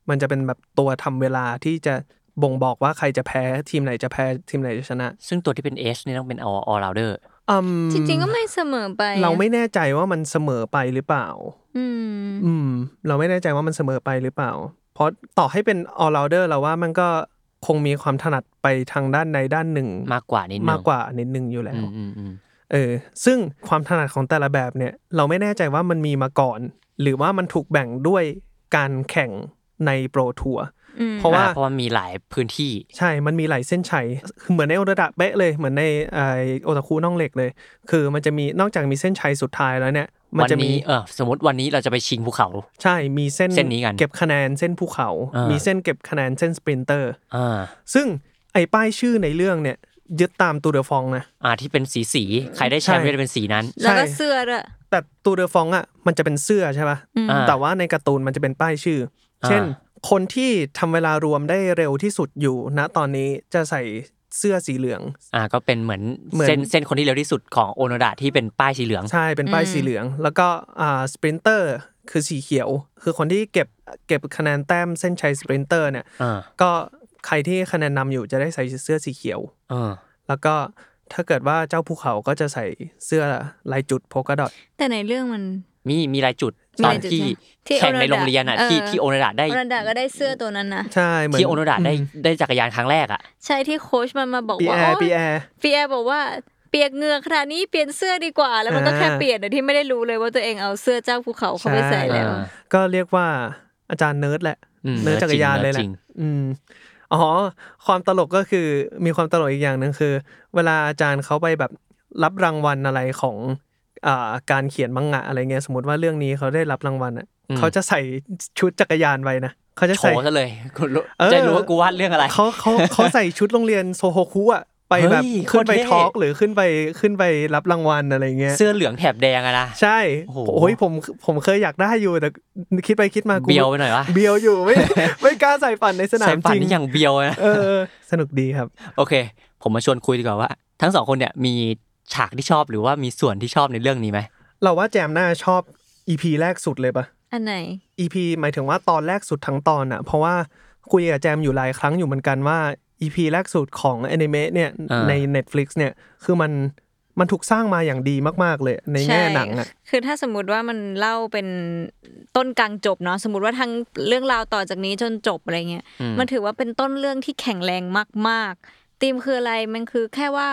Speaker 4: มันจะเป็นแบบตัวทำเวลาที่จะบ่งบอกว่าใครจะแพ้ทีมไหนจะแพ้ทีมไหนจะชนะ
Speaker 3: ซึ่งตัวที่เป็นเอชนี่ยต้องเป็นออราวเดอร์
Speaker 4: อืม
Speaker 5: จริงๆก็ไม่เสมอไป
Speaker 4: เราไม่แน่ใจว่ามันเสมอไปหรือเปล่า
Speaker 5: อืม
Speaker 4: อืม เราไม่แน่ใจว่ามันเสมอไปหรือเปล่า เพราะต่อให้เป็น all rounder เราว่ามันก็คงมีความถนัดไปทางด้านใดด้านหนึ่ง
Speaker 3: มากกว่านิดนึง
Speaker 4: มากกว่านิดนึงอยู่แล้
Speaker 3: อื
Speaker 4: ว
Speaker 3: มอืมอืม
Speaker 4: เออ ซึ่งความถนัดของแต่ละแบบเนี่ย เราไม่แน่ใจว่ามันมีมาก่อน หรือว่ามันถูกแบ่งด้วยการแข่งในโปรทัวร์
Speaker 5: อืม
Speaker 4: เพราะว่า
Speaker 3: อ่เพราะว่ามีหลายพื้นที่
Speaker 4: ใช่ มันมีหลายเส้นชัยคือเหมือนในโอตาดะเป๊ะเลย เหมือนในไอโอตาคุน่องเหล็กเลย คือมันจะมี นอกจากมีเส้นชัยสุดท้ายแล้วเนี่ย มัน
Speaker 3: วัน
Speaker 4: จะมี
Speaker 3: นี้เออสมมติวันนี้เราจะไปชิงภูเขา
Speaker 4: ใช่ มีเส้น
Speaker 3: เส้นนี้กัน
Speaker 4: เก็บคะแนนเส้นภูเขา
Speaker 3: อ่ามี
Speaker 4: มีเส้นเก็บคะแนนเส้นสปรินเตอร์
Speaker 3: อ่า
Speaker 4: ซึ่งไอ้ป้ายชื่อในเรื่องเนี่ย ยึดตามตูเดอฟองนะ
Speaker 3: อ่าที่เป็นสีสีๆใครได้แชมป์
Speaker 4: ใช่
Speaker 3: ก็จะเป็นสีนั้น
Speaker 5: แล้วก็เสื้อด้วย
Speaker 4: แต่ตูเดอฟองอ่ะมันจะเป็นเสื้อใช่ปะ
Speaker 5: อืม
Speaker 3: อ่า
Speaker 4: แต่ว่าในการ์ตูนมันจะเป็นป้ายชื่ออา เช่น คนที่ทำเวลารวมได้เร็วที่สุดอยู่ณตอนนี้จะใส่เสื้อสีเหลือง
Speaker 3: อ่าก็เป็นเหมือน
Speaker 4: เหมือน
Speaker 3: เส้นเส้นคนที่เร็วที่สุดของโอโนดะที่เป็นป้ายสีเหลือง
Speaker 4: ใช่เป็นป้าย
Speaker 5: อืม
Speaker 4: สีเหลือง แล้วก็อ่าสปรินเตอร์คือสีเขียว คือคนที่เก็บเก็บคะแนนแต้มเส้นชัยสปรินเตอร์เนี่ย
Speaker 3: อ่า
Speaker 4: ก็ใครที่คะแนนนำอยู่จะได้ใส่เสื้อสีเขียว
Speaker 3: เออ
Speaker 4: แล้วก็ถ้าเกิดว่าเจ้าภูเขาก็จะใส่เสื้อลายจุดโพกดอท
Speaker 5: แต่ในเรื่องมัน
Speaker 3: มีมีรายจุดต
Speaker 5: มี
Speaker 3: อน
Speaker 5: รายจุด
Speaker 3: ที่
Speaker 5: ที่
Speaker 3: แข่งในโรงเรียนอ่ะ
Speaker 5: โอโนดะ
Speaker 3: ที่
Speaker 5: เออ
Speaker 3: ที่โอโนดะได้
Speaker 5: อนันดาก็ได้เสื้อตัวนั้นนะ
Speaker 4: ใช่เหมือน
Speaker 3: ที่โอโนดะได้ได้จักรยานครั้งแรกอ่ะ
Speaker 5: ใช่ที่โค้ชมันมาบอก
Speaker 4: ปี
Speaker 5: ว่า
Speaker 4: แอ
Speaker 5: โอ๊
Speaker 4: ร์ปี
Speaker 5: ย
Speaker 4: แอร์
Speaker 5: ปีแอร์บอกว่าเปียกเหงือขนาดนี้เปลี่ยนเสื้อดีกว่า แล้วมันก็
Speaker 4: อ่า
Speaker 5: แค่เปลี่ยนโดยที่ไม่ได้รู้เลยว่าตัวเองเอาเสื้อเจ้าภูเขาเข้าไปใส่แล้ว
Speaker 3: อ่า
Speaker 4: ก็เรียกว่าอาจารย์เนิร์ดแหละ
Speaker 3: ม
Speaker 4: เนิร์ดจักรยานเลยแห
Speaker 3: จ
Speaker 4: ละ
Speaker 3: ง
Speaker 4: อืมอ๋อ ความตลกก็คือมีความตลกอีกอย่างหนึ่งคือ เวลาอาจารย์เขาไปแบบรับรางวัลอะไรของอ่าการเขียนมังงะอะไรเงี้ยสมมติว่าเรื่องนี้เขาได้รับรางวัลอ่ะ
Speaker 3: อืม
Speaker 4: เขาจะใส่ชุดจักรยานไปนะเขาจะ
Speaker 3: โฉ
Speaker 4: ใส่
Speaker 3: ซะเลยคุณรู้
Speaker 4: เออ
Speaker 3: จะรู้ว่ากูวาดเรื่องอะไร
Speaker 4: เขาเขาเขาใส่ชุดโรงเรียนโซโฮคุอ่ะไปแบบ
Speaker 3: เฮ้ย
Speaker 4: ขึ้นไป
Speaker 3: โคตรเท่
Speaker 4: ทอล์กหรือขึ้นไปขึ้นไปรับรางวัลอะไรเงี้ย
Speaker 3: เสื้อเหลืองแถบแดงอะนะ
Speaker 4: ใช่
Speaker 3: โอ้โห
Speaker 4: โอ้ยผมผมเคยอยากได้อยู่แต่คิดไปคิดมากู
Speaker 3: เบียวไปหน่อยวะ
Speaker 4: เบียวอยู่ไม่ ไม่กล้าใส่ปั่นในสนาม
Speaker 3: ใส่ปั่น
Speaker 4: จริง
Speaker 3: นี่อย่างเบียวนะ
Speaker 4: เออ สนุกดีครับ
Speaker 3: โอเค ผมมาชวนคุยดีกว่าว่า ทั้งสองคนเนี่ยมีฉากที่ชอบหรือว่ามีส่วนที่ชอบในเรื่องนี้ไหม
Speaker 4: เราว่าแจมน่าชอบ EP แรกสุดเลยปะ
Speaker 5: อันไหน
Speaker 4: EP หมายถึงว่าตอนแรกสุดทั้งตอนอะเพราะว่าคุยกับแจมอยู่หลายครั้งอยู่เหมือนกันว่า EP แรกสุดของอนิเมะเนี่ย
Speaker 3: า
Speaker 4: ใน Netflix เนี่ยคือมันมันถูกสร้างมาอย่างดีมากๆเลยในแง่หนังอะ
Speaker 5: ใช่คือถ้าสมมติว่ามันเล่าเป็นต้นกลางจบเนาะสมมติว่าทั้งเรื่องราวต่อจากนี้จนจบอะไรเงี้ย
Speaker 3: อืม
Speaker 5: มันถือว่าเป็นต้นเรื่องที่แข็งแรงมากๆธีมคืออะไรมันคือแค่ว่า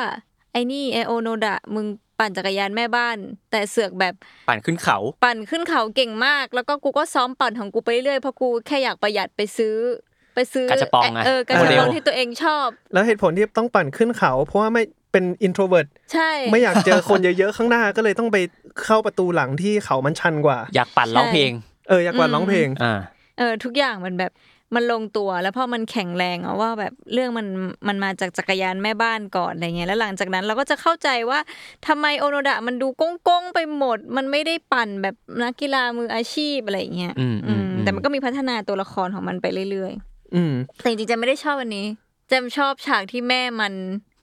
Speaker 5: ไอ้นี่ไอโอโนดะมึงปั่นจักรยานแม่บ้าน แต่เสือกแบบ
Speaker 3: ปั่นขึ้นเขา
Speaker 5: ปั่นขึ้นเขาเก่งมาก แล้วก็กูก็ซ้อมปั่นของกูไปเรื่อยๆเพราะกูแค่อยากประหยัดไปซื้อ ไปซื้อก
Speaker 3: ระจะปองอะ
Speaker 5: เออกระจะปอง
Speaker 3: โมเดล
Speaker 5: ที่ตัวเองชอบ
Speaker 4: แล้วเหตุผลที่ต้องปั่นขึ้นเขา เพราะว่าไม่เป็น introvert
Speaker 5: ใช่
Speaker 4: ไม่อยากเจอคนเยอะๆ ข้างหน้าก็เลยต้องไปเข้าประตูหลังที่เขามันชันกว่า
Speaker 3: อยากปั่นร้องเพลง
Speaker 4: เอออยากกว่าร้องเพลง
Speaker 3: อ่า
Speaker 5: เออทุกอย่างมันแบบมันลงตัวแล้วพอมันแข็งแรงอะว่าแบบเรื่องมันมันมาจากจักรยานแม่บ้านก่อนอะไรเงี้ยแล้วหลังจากนั้นเราก็จะเข้าใจว่าทำไมโอโนดะมันดูก้งก้งๆไปหมด มันไม่ได้ปั่นแบบนักกีฬามืออาชีพอะไรเงี้ย
Speaker 3: อืมอืมอืม
Speaker 5: แต่มันก็มีพัฒนาตัวละครของมันไปเรื่อย
Speaker 4: อืม
Speaker 5: ๆแต่จริงๆจะไม่ได้ชอบอันนี้แจมชอบฉากที่แม่มัน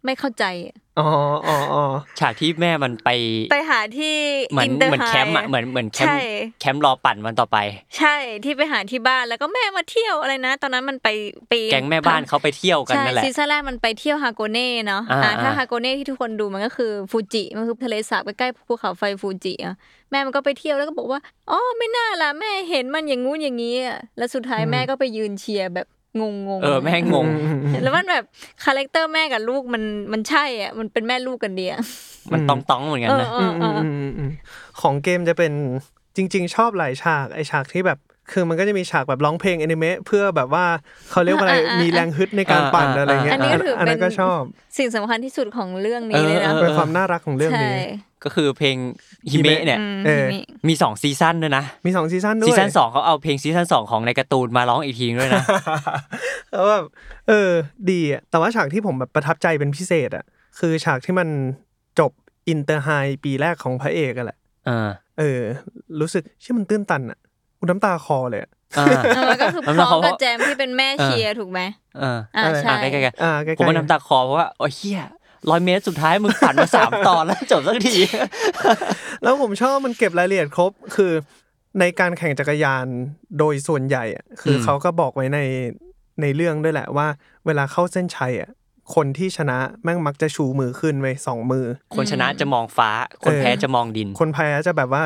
Speaker 5: ไม่เข้าใจอะ
Speaker 4: อ๋ออ๋ออ๋อ
Speaker 3: ฉากที่แม่มันไป
Speaker 5: ไปหาที่
Speaker 3: เหมือน
Speaker 5: อินเตอร์
Speaker 3: เหมือน
Speaker 5: ไฮ
Speaker 3: แคมป์อะเหมือนเหมือนแคม
Speaker 5: ใช่
Speaker 3: ป์แคมป์รอปั่นวันต่อไป
Speaker 5: ใช่ที่ไปหาที่บ้านแล้วก็แม่มาเที่ยวอะไรนะ ตอนนั้นมันไปปีน
Speaker 3: แก๊งแม่บ้านเขาไปเที่ยวกัน
Speaker 5: ใช่
Speaker 3: นั่นแหละ
Speaker 5: ซีซั่นแรกมันไปเที่ยวฮาโกเน่เนาะ
Speaker 3: อ่า
Speaker 5: อ่าถ้า
Speaker 3: อ่า
Speaker 5: ฮาโกเน่ที่ทุกคนดูมันก็คือฟูจิมันคือทะเลสาบใกล้ๆภูเขาไฟฟูจิอะแม่มันก็ไปเที่ยวแล้วก็บอกว่าอ๋อไม่น่าล่ะแม่เห็นมันอย่างงู้นอย่างนี้อะแล้วสุดท้ายแม่ก็ไปยืนเชียร์แบบงงๆ
Speaker 3: เออแม่งงง
Speaker 4: อืมอืมอืม
Speaker 5: แล้วมันแบบคาแรคเตอร์แม่กับลูกมันมันใช่อ่ะมันเป็นแม่ลูกกันเดีย
Speaker 3: มันต้องต้องๆเหมือนกันนะ
Speaker 5: เอ
Speaker 4: อื
Speaker 5: อ
Speaker 4: ม
Speaker 5: เอ
Speaker 4: อื
Speaker 5: อ
Speaker 4: ม
Speaker 5: เออ
Speaker 4: อืมอืมของเกมจะเป็นจริง ๆ ชอบหลายฉากไอฉากที่แบบ คือมันก็จะมีฉากแบบร้องเพลงอนิเมะเพื่อแบบว่าเขาเรียกว่าอะไรมีแรงฮึดในการปั่นอะไรเงี้ย
Speaker 5: อันนี้ก็ถืออ
Speaker 4: อัน
Speaker 5: เป็
Speaker 4: นั้นนก็ชอบ
Speaker 5: สิ่งสำคัญที่สุดของเรื่องนี้เลยนะ
Speaker 3: เออ
Speaker 4: เป็นความน่ารักของเรื่อง
Speaker 5: ใช่
Speaker 4: นี้
Speaker 3: ก็คือเพลงฮิเมะเนี่ย
Speaker 5: อืม
Speaker 4: เออ
Speaker 5: ทีนี้
Speaker 3: มีสองซีซั่นด้วยนะ
Speaker 4: มีสองซีซั่นด้วย
Speaker 3: ซีซั่นสองเขาเอาเพลงซีซั่นสองของในการ์ตูนมาร้องอีกทีด้วยนะ
Speaker 4: <laughs> แล้วแบบเออ ดีอ่ะแต่ว่าฉากที่ผมแบบประทับใจเป็นพิเศษอ่ะ คือฉากที่มันจบอินเตอร์ไฮปีแรกของพระเอกอะแหละ
Speaker 3: เออ
Speaker 4: เออ รู้สึกเชื่อมันตื้นตันอ่ะกูน้ำตาคลอเลยอะ
Speaker 3: เออ
Speaker 5: เออมันก็คือพ
Speaker 3: มัน
Speaker 5: ร้อ
Speaker 3: เขา
Speaker 5: ม
Speaker 3: ก็
Speaker 5: กับแจมที่เป็นแม่เชียร์ถูกไหม
Speaker 3: เออ
Speaker 5: อ่า
Speaker 4: เออ
Speaker 5: ใช่
Speaker 3: อ่ะใกล้ๆกัน
Speaker 4: อ่าใกล้ๆ
Speaker 3: ผมก็น้ำตาคลอเพราะว่าโอ้ยเฮียร้อยเมตรสุดท้ายมึง <laughs> ผ่านมาสาม ตอนแล้วจบสักที
Speaker 4: แล้วผมชอบมันเก็บรายละเอียดครบ คือในการแข่งจักรยานโดยส่วนใหญ่อ่ะคืออ
Speaker 3: ม
Speaker 4: เขาก็บอกไว้ในในเรื่องด้วยแหละว่า เวลาเข้าเส้นชัยอ่ะคนที่ชนะแม่งมักจะชูมือขึ้นไว้ยสองมือ
Speaker 3: คนชนะจะมองฟ้า คน
Speaker 4: เออ
Speaker 3: แพ้จะมองดิน
Speaker 4: คนแพ้จะแบบว่า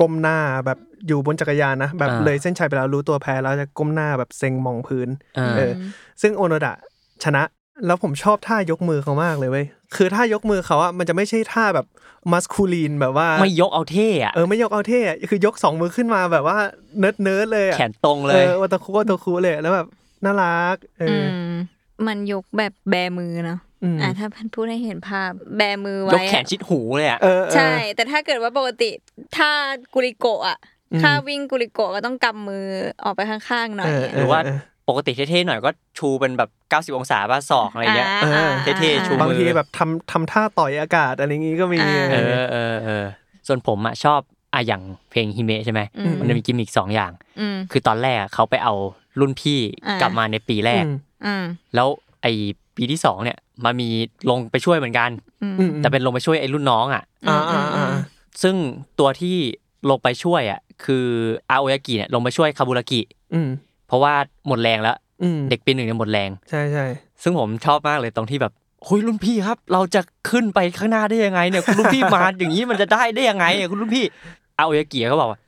Speaker 4: ก้มหน้าแบบอยู่บนจักรยานนะแบบ
Speaker 3: อ่า
Speaker 4: เลยเส้นชัยไปแล้วรู้ตัวแพ้แล้วจะก้มหน้าแบบเซ็งมองพื้น
Speaker 3: เออ
Speaker 4: เออ ซึ่งโอโนดะชนะ แล้วผมชอบท่ายกมือเขามากเลยเว้ยคือท่ายกมือเขาอะมันจะไม่ใช่ท่าแบบมัสคูลีนแบบว่า
Speaker 3: ไม่ยกเอาเท่อะ
Speaker 4: เออไม่ยกเอาเท่อะคือยกสองมือขึ้นมาแบบว่าเนิร์ดเนิร์ดๆเลยอะ
Speaker 3: แขนตรงเล
Speaker 4: เอย อวัตะคุวัตะคุเลยแล้วแบบน่ารักเอออ
Speaker 5: มมันยกแบบแบมือเนาะ
Speaker 4: อืม
Speaker 5: อ่าถ้าพันพูดให้เห็นภาพแบมือ
Speaker 3: ย
Speaker 5: ไว้
Speaker 3: ก
Speaker 5: อะ
Speaker 3: แขนชิดหูเลยอะ
Speaker 4: เออเออ
Speaker 5: ใช่ แต่ถ้าเกิดว่าปกติถ้ากุลิโกะอ่ะ
Speaker 4: อืม
Speaker 5: ถ้าวิ่งกุลิโกะก็ต้องกำมือออกไปข้างๆหน่อย
Speaker 4: เออเออ
Speaker 3: หรือว่า ปกติเท่ๆหน่อยก็ชูเป็นแบบ 90 องศาบ้าศอกอะไรเงี้ย
Speaker 4: เอออ่
Speaker 5: า
Speaker 3: เท่ๆชู
Speaker 5: อ่า
Speaker 4: บางทีแบบทำทำท่าต่อยอากาศอะไรอย่างงี้ก็มี
Speaker 5: อ่า
Speaker 3: เอ
Speaker 4: เออ
Speaker 3: อเออเออส่วนผมอ่ะชอบอ่ะอย่างเพลงฮิเมะใช่ไหม
Speaker 5: อืม
Speaker 3: มันจะมีกิมมิกสองอย่าง
Speaker 5: อืม
Speaker 3: คือตอนแรกอะเขาไปเอารุ่นพี่
Speaker 5: อ่าก ก
Speaker 3: ลับมาในปีแรก
Speaker 4: อืม
Speaker 5: อืม
Speaker 3: แล้วไอปีที่สองเนี่ยมามีลงไปช่วยเหมือนกัน
Speaker 5: อืม
Speaker 4: อืม
Speaker 3: แต่เป็นลงไปช่วยไอรุ่นน้องอ่ะ
Speaker 4: อ่าอ่าอ่า
Speaker 3: ซึ่งตัวที่ลงไปช่วยอ่ะคืออาโอยากิเนี่ยลงไปช่วยคาบุรากิ
Speaker 4: อืม
Speaker 3: เพราะว่าหมดแรงแล้ว
Speaker 4: อืม
Speaker 3: เด็กปีหนึ่งเนี่ยหมดแรง
Speaker 4: ใช่ใช่
Speaker 3: ซึ่งผมชอบมากเลยตรงที่แบบเฮ้ยรุ่นพี่ครับ เราจะขึ้นไปข้างหน้าได้ยังไงเนี่ยคุณรุ่นพี่มา อย่างนี้มันจะได้ได้ยังไงอ่ะคุณรุ่นพี่อาโอยากิเขาบอกว่า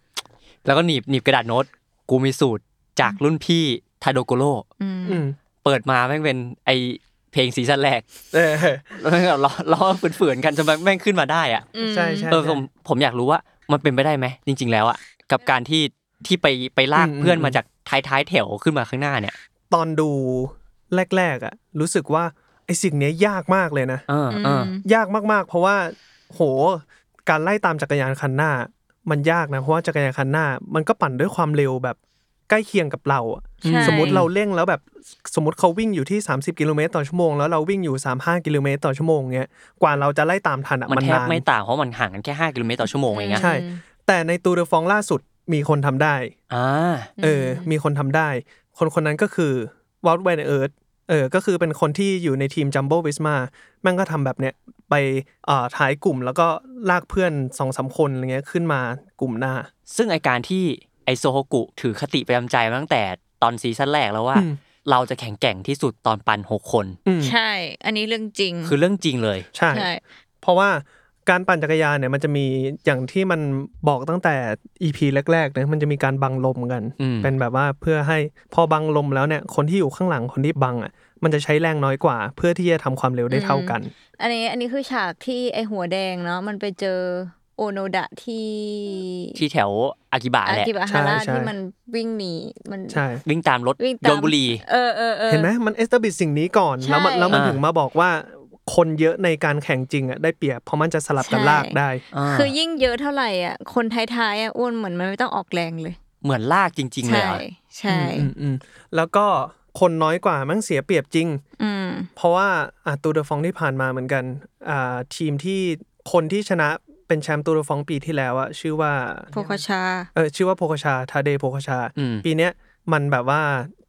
Speaker 3: แล้วก็หนีบหนีบกระดาษโน้ตกูมีสูตรจากรุ่นพี่ทาโดโกโร
Speaker 5: อืม
Speaker 4: อืม
Speaker 3: เปิดมาแม่งเป็นไอเพลงซีซั่นแรก
Speaker 4: เออ
Speaker 3: แล้วแม่งแบบล้อล้อฝืนๆกันจนแม่งขึ้นมาได้อ่ะ
Speaker 5: อืม
Speaker 4: ใช่ใช่
Speaker 3: เออผมผมอยากรู้ว่ามันเป็นไปได้ไหมจริง ๆ แล้วอ่ะกับการที่ที่ไปไปลาก
Speaker 4: อืม
Speaker 3: เพื่อนมาจากท้ายท้ายๆแถวขึ้นมาข้างหน้าเนี่ย
Speaker 4: ตอนดูแรกๆอ่ะ รู้สึกว่าไอ้สิ่งเนี้ยยากมากเลยนะ
Speaker 3: เออเออ
Speaker 4: ยากมากๆ เพราะว่า โห การไล่ตามจักรยานคันหน้า มันยากนะเพราะว่าจักรยานคันหน้า มันก็ปั่นด้วยความเร็วแบบใกล้เคียงกับเราอะ
Speaker 5: ใช่
Speaker 4: สมมติเราเร่งแล้วแบบสมมติเขาวิ่งอยู่ที่ 30 กิโลเมตรต่อชั่วโมงแล้วเราวิ่งอยู่ 35 กิโลเมตรต่อชั่วโมงเงี้ยกว่าเราจะไล่ตามทันอะ
Speaker 3: มัน
Speaker 4: มัน
Speaker 3: แทบ
Speaker 4: นาน
Speaker 3: ไม่ต่างเพราะมันห่างกันแค่5กิโลเมตรต่อชั่วโมงเองอะ
Speaker 4: ใช่ แต่ในตูเดอฟองล่าสุดมีคนทำได้
Speaker 3: อ่า
Speaker 4: เออ มีคนทำได้ คนคนนั้นก็คือวอลต์ไวเนเอิร์ดเออ ก็คือเป็นคนที่อยู่ในทีมจัมโบ้วิสมาแม่งก็ทำแบบเนี้ย ไปเอ่อท้ายกลุ่มแล้วก็ลากเพื่อนสองสามคนอะไรเงี้ยขึ้นมากลุ่มหน้า
Speaker 3: ซึ่งไอการที่ไอโซโฮกุถือคติประจำใจมาตั้งแต่ตอนซีซั่นแรกแล้วว่า
Speaker 4: อืม
Speaker 3: เราจะแข็งแกร่งที่สุดตอนปันหกคน
Speaker 4: อืม
Speaker 5: ใช่ อันนี้เรื่องจริง
Speaker 3: คือเรื่องจริงเลย
Speaker 4: ใช่
Speaker 5: ใช่
Speaker 4: เพราะว่าการปั่นจักรยานเนี่ยมันจะมีอย่างที่มันบอกตั้งแต่ EP แรกๆเนี่ยมันจะมีการบังลมกัน
Speaker 3: อืม
Speaker 4: เป็นแบบว่าเพื่อให้พอบังลมแล้วเนี่ยคนที่อยู่ข้างหลังคนที่บังอ่ะมันจะใช้แรงน้อยกว่า เพื่อที่จะทำความเร็วได้เท่ากัน
Speaker 5: อันนี้อันนี้คือฉากที่ไอหัวแดงเนาะมันไปเจอโอโนดะที่
Speaker 3: ที่แถวอากิบะ
Speaker 5: อา
Speaker 3: แหละ
Speaker 5: กิบะฮาระ
Speaker 4: ใช่ใช่
Speaker 5: ที่มันวิ่งหนีมัน
Speaker 4: ใช่
Speaker 3: วิ่งตามรถ
Speaker 5: วิ่งตาม
Speaker 3: โยนบุหรี
Speaker 5: เออเออเออ
Speaker 4: เห็นไหมมันเอสตาบิดสิ่งนี้ก่อน
Speaker 5: ใช่
Speaker 4: แล้วมันแล้วมัน
Speaker 3: อ่า
Speaker 4: ถึงมาบอกว่า คนเยอะในการแข่งจริงอ่ะได้เปรียบเพราะมันจะสลับกัน
Speaker 5: ใช่
Speaker 4: ลากได้
Speaker 3: อ่า
Speaker 5: คือยิ่งเยอะเท่าไหร่อ่ะคนท้ายๆอ่ะอ้วนเหมือนมันไม่ต้องออกแรงเลย
Speaker 3: เหมือนลากจริง ๆ เลย
Speaker 5: ใช่
Speaker 3: อะ
Speaker 5: ใช่
Speaker 4: อืมอืมแล้วก็คนน้อยกว่ามั่งเสียเปรียบจริง
Speaker 5: อืม
Speaker 4: เพราะว่าอ่ะตูเดอฟองที่ผ่านมาเหมือนกันอ่าทีมที่คนที่ชนะเป็นแชมป์ตูเดอฟองปีที่แล้วอะชื่อว่า
Speaker 5: โพคชา
Speaker 4: เออชื่อว่าโพคชาทาเดโพคชา
Speaker 3: อืม
Speaker 4: ปีเนี้ยมันแบบว่า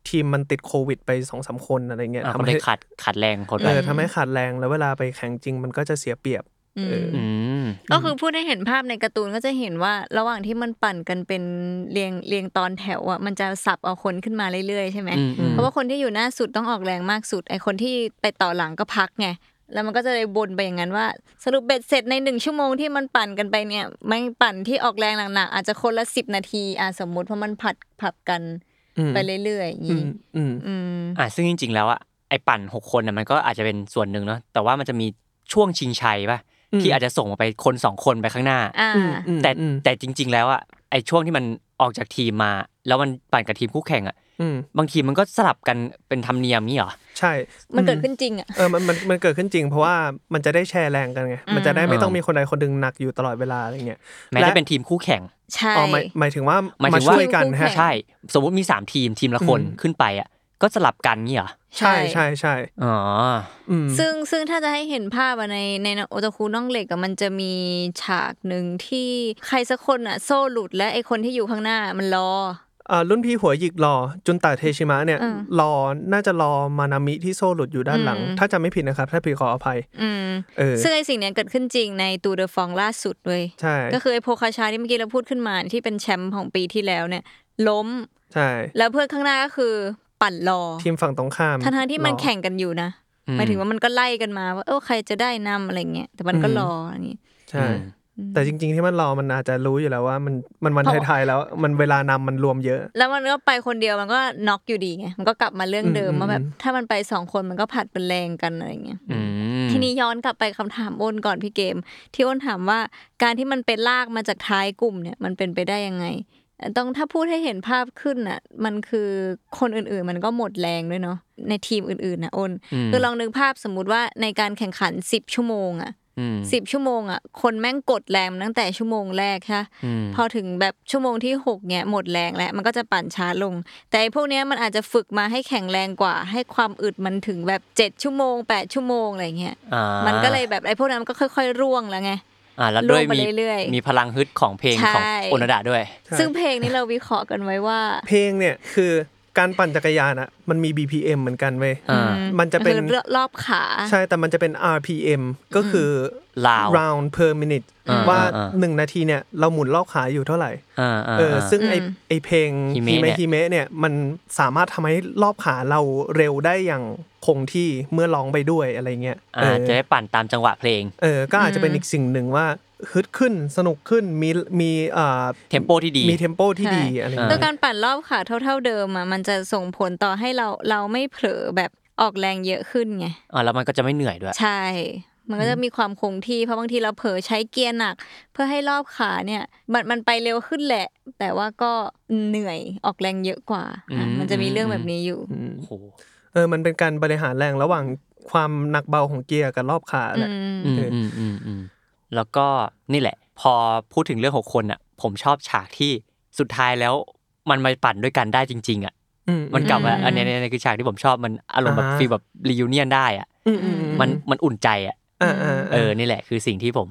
Speaker 4: ทีมมันติดโควิดไปสองสามคนอะไรเงี้ย
Speaker 3: อ่า
Speaker 4: ทำ
Speaker 3: ก็เล
Speaker 4: ให้
Speaker 3: ยขาดขาดแรงคน
Speaker 4: เอ
Speaker 3: ไป
Speaker 4: อทำให้ขาดแรงแล้วเวลาไปแข่งจริง มันก็จะเสียเปรียบ
Speaker 5: อืม
Speaker 3: อืม
Speaker 5: ก็คือพูดให้เห็นภาพในการ์ตูนก็จะเห็นว่าระหว่างที่มันปั่นกันเป็นเรียงเรียงตอนแถวอ่ะมันจะสับเอาคนขึ้นมาเรื่อยๆใช่ไหม
Speaker 3: อืมอืม
Speaker 5: เพราะว่าคนที่อยู่หน้าสุดต้องออกแรงมากสุดไอคนที่ไปต่อหลังก็พักไงแล้วมันก็จะเลยบนไปอย่างนั้นว่า สรุปเบ็ดเสร็จในหนึ่งชั่วโมงที่มันปั่นกันไปเนี่ยไม่งปั่นที่ออกแรงหนักๆอาจจะคนละสิบนาทีอ่ะสมมุติเพราะมันผัดผับกัน
Speaker 4: อืม
Speaker 5: ไปเรื่อยๆอย่าง
Speaker 4: อื
Speaker 5: นี้
Speaker 4: มอืม
Speaker 5: อืม
Speaker 3: อ่าซึ่งจริง ๆ แล้วอะไอปั่นหกคนน่ะมันก็อาจจะเป็นส่วนหนึ่งเนาะแต่ว่ามันจะมีช่วงชิงชัยป่ะ
Speaker 4: อืม
Speaker 3: ที่อาจจะส่งออกไปคนสองคนไปข้างหน้า
Speaker 5: อ่า
Speaker 4: อืมอืม
Speaker 3: แต่
Speaker 4: อืม
Speaker 3: แต่จริง ๆ แล้วอะไอช่วงที่มันออกจากทีมมา แล้วมันปั่นกับทีมคู่แข่งอะ
Speaker 4: อืม
Speaker 3: บางทีมันก็สลับกันเป็นธรรมเนียมนี่เหรอ
Speaker 4: ใช่
Speaker 5: มันเกิด
Speaker 4: อื
Speaker 5: ขึ้นจริงอ่ะ
Speaker 4: เออมันมันมันเกิดขึ้นจริง เพราะว่ามันจะได้แชร์แรงกันไง มันจะได้ไม่
Speaker 3: อ่า
Speaker 4: ต้องมีคนใดคนหนึ่งหนักอยู่ตลอดเวลาอะไรเงี้ย
Speaker 3: แม้จะเป็นทีมคู่แข่ง
Speaker 5: ใช่
Speaker 4: อ๋อหมายหมายถึงว่า
Speaker 3: หมาย
Speaker 4: มา
Speaker 3: ถึงว่า
Speaker 4: ช่วยกัน
Speaker 5: คู่แข่
Speaker 4: ฮะ
Speaker 5: ง
Speaker 3: ใช่ สมมติมี 3 ทีมทีมละคน
Speaker 4: อืม
Speaker 3: ขึ้นไปอะก็สลับกันนี่เหรอ
Speaker 4: ใช่ใช่ใช่
Speaker 3: อ๋อ
Speaker 4: อืม
Speaker 5: ซึ่งซึ่งถ้าจะให้เห็นภาพอะในในโอตาคุน้องเหล็กอะมันจะมีฉากหนึ่งที่ใครสักคนอะโซ่หลุดและไอคนที่อยู่ข้างหน้ามันรอ
Speaker 4: อ่ารุ่นพี่หัวหยิกรอจุนตาเทชิมะเนี่ย
Speaker 5: อืม
Speaker 4: รอน่าจะรอมานามิที่โซ่หลุดอยู่ด้านหลัง
Speaker 5: อืม
Speaker 4: ถ้าจำไม่ผิดนะครับ ถ้าผิดขออภัย
Speaker 5: อืม
Speaker 4: เออ
Speaker 5: ซึ่งไอสิ่งเนี้ยเกิดขึ้นจริงในตูเดอฟองล่าสุดเว้ย
Speaker 4: ใช่
Speaker 5: ก็คือไอโพคาชาที่เมื่อกี้เราพูดขึ้นมาที่เป็นแชมป์ของปีที่แล้วเนี่ย ล้ม
Speaker 4: ใช่
Speaker 5: แล้วเพื่อนข้างหน้าก็คือปั่นรอ
Speaker 4: ทีมฝั่งตรงข้าม
Speaker 5: ทั้งทที่มัน
Speaker 4: รอ
Speaker 5: แข่งกันอยู่นะ
Speaker 3: อืม
Speaker 5: หมายถึงว่ามันก็ไล่กันมาว่าเออใครจะได้นำอะไรเงี้ยแต่มันก็
Speaker 4: อืม
Speaker 5: รออย่างงี้
Speaker 4: ใช่
Speaker 3: อืม
Speaker 4: แต่จริง ๆที่มันรอมันอาจจะรู้อยู่แล้วว่ามันมันวัน
Speaker 5: เพราะ
Speaker 4: ท้ายๆแล้วมันเวลานำมันรวมเยอะ
Speaker 5: แล้วมันก็ไปคนเดียวมันก็น็อกอยู่ดีไง มันก็กลับมาเรื่องเดิม
Speaker 4: อืม
Speaker 5: ว่าแบบ
Speaker 4: อืม
Speaker 5: ถ้ามันไปสองคนมันก็ผัดเป็นแรงกันอะไรเงี้ย
Speaker 3: อืม
Speaker 5: ทีนี้ย้อนกลับไปคำถามอ้นก่อนพี่เกม ที่อ้นถามว่าการที่มันเป็นลากมาจากท้ายกลุ่มเนี่ยมันเป็นไปได้ยังไงเอ่อต้องถ้าพูดให้เห็นภาพขึ้นน่ะมันคือคนอื่นๆ มันก็หมดแรงด้วยเนาะในทีมอื่นๆนะอ้น
Speaker 3: ม
Speaker 5: คือลองนึกภาพสมมุติว่าในการแข่งขัน 10 ชั่วโมงอะ
Speaker 3: อืม
Speaker 5: สิบชั่วโมงอ่ะคนแม่งกดแรงตั้งแต่ชั่วโมงแรกใช่ปะ
Speaker 3: อืม
Speaker 5: พอถึงแบบชั่วโมงที่หกเนี่ยหมดแรงแล้ว มันก็จะปั่นช้าลง แต่ไอ้พวกเนี้ยมันอาจจะฝึกมาให้แข็งแรงกว่า ให้ความอึดมันถึงแบบเจ็ดชั่วโมงแปดชั่วโมงอะไรเงี้ย
Speaker 3: อ่า
Speaker 5: มันก็เลยแบบไอ้พวกนั้นมันก็ค่อย ๆ ร่วงแล้วไง
Speaker 3: อ่าแล้วด้วย
Speaker 5: ลงไป
Speaker 3: มี
Speaker 5: เรื่อยๆ
Speaker 3: มีพลังฮึดของเพลงของ
Speaker 5: ใช่
Speaker 3: โอนาดาด้วย
Speaker 4: ใช่
Speaker 5: ซึ่งเพลงนี้เราวิเคราะห์กันไว้ว่า
Speaker 4: เพลงเนี่ยคือการปั่นจักรยานอะมันมี BPM เหมือนกันเว้ย
Speaker 3: อ่า
Speaker 5: อื
Speaker 4: มันจะเป็น
Speaker 5: คือรอบขา
Speaker 4: ใช่แต่มันจะเป็น RPM ก็คือ
Speaker 3: ลาว
Speaker 4: round per minute
Speaker 3: อ่า
Speaker 4: ว่า
Speaker 3: อ่า
Speaker 4: หนึ่งนาทีเนี่ยเราหมุนรอบขาอยู่เท่าไหร่
Speaker 3: อ่าอ่า
Speaker 4: เออซึ่งไอ
Speaker 5: อืม
Speaker 4: ไอเพลงฮิเมะฮิเมะเนี่ยมันสามารถทำให้รอบขาเราเร็วได้อย่างคงที่เมื่อร้องไปด้วยอะไรเงี้ย
Speaker 3: อ่าจะได้ปั่นตามจังหวะเพลง
Speaker 4: เออก็อาจจะเป็นอีกสิ่งหนึ่งว่าฮึดขึ้นสนุกขึ้นมีมีเอ่อ
Speaker 3: เทมโปที่ดี
Speaker 4: มีเทมโปที่ดี
Speaker 5: ใช่
Speaker 4: อะไร
Speaker 5: ตั
Speaker 4: เงี้
Speaker 5: วย การปั่นรอบขาเท่า ๆเดิมอ่ะมันจะส่งผลต่อให้เราเราไม่เผลอแบบออกแรงเยอะขึ้นไง
Speaker 3: อ่าแล้วมันก็จะไม่เหนื่อยด้วย
Speaker 5: ใช่ มันก็จะมีความคงที่เพราะบางทีเราเผลอใช้เกียร์หนัก เพื่อให้รอบขาเนี่ย มันมันไปเร็วขึ้นแหละ แต่ว่าก็เหนื่อยออกแรงเยอะกว่า
Speaker 3: อืม
Speaker 5: อ่ะมันจะมีเรื่องแบบนี้อยู่
Speaker 4: อืม
Speaker 3: โอ้โห
Speaker 4: เออมันเป็นการบริหารแรงระหว่างความหนักเบาของเกียร์กับรอบขาแหละ
Speaker 5: อืม
Speaker 3: อืมอืมอืมอืมแล้วก็นี่แหละ พอพูดถึงเรื่องหกคนอ่ะ ผมชอบฉากที่สุดท้ายแล้วมันมาปั่นด้วยกันได้จริง ๆ อ่ะ มันกลับมา
Speaker 5: อืม
Speaker 3: อันเนี้ยอันเนี้ยคือฉากที่ผมชอบมันอารมณ์แบบ
Speaker 4: อ่า
Speaker 3: ฟีลแบบรีวิเนียนได้อ่ะ
Speaker 4: อืมอืมอื
Speaker 3: มันมันอุ่นใจอ่ะ
Speaker 4: อ่าาา
Speaker 3: เออ นี่แหละคือสิ่งที่ผม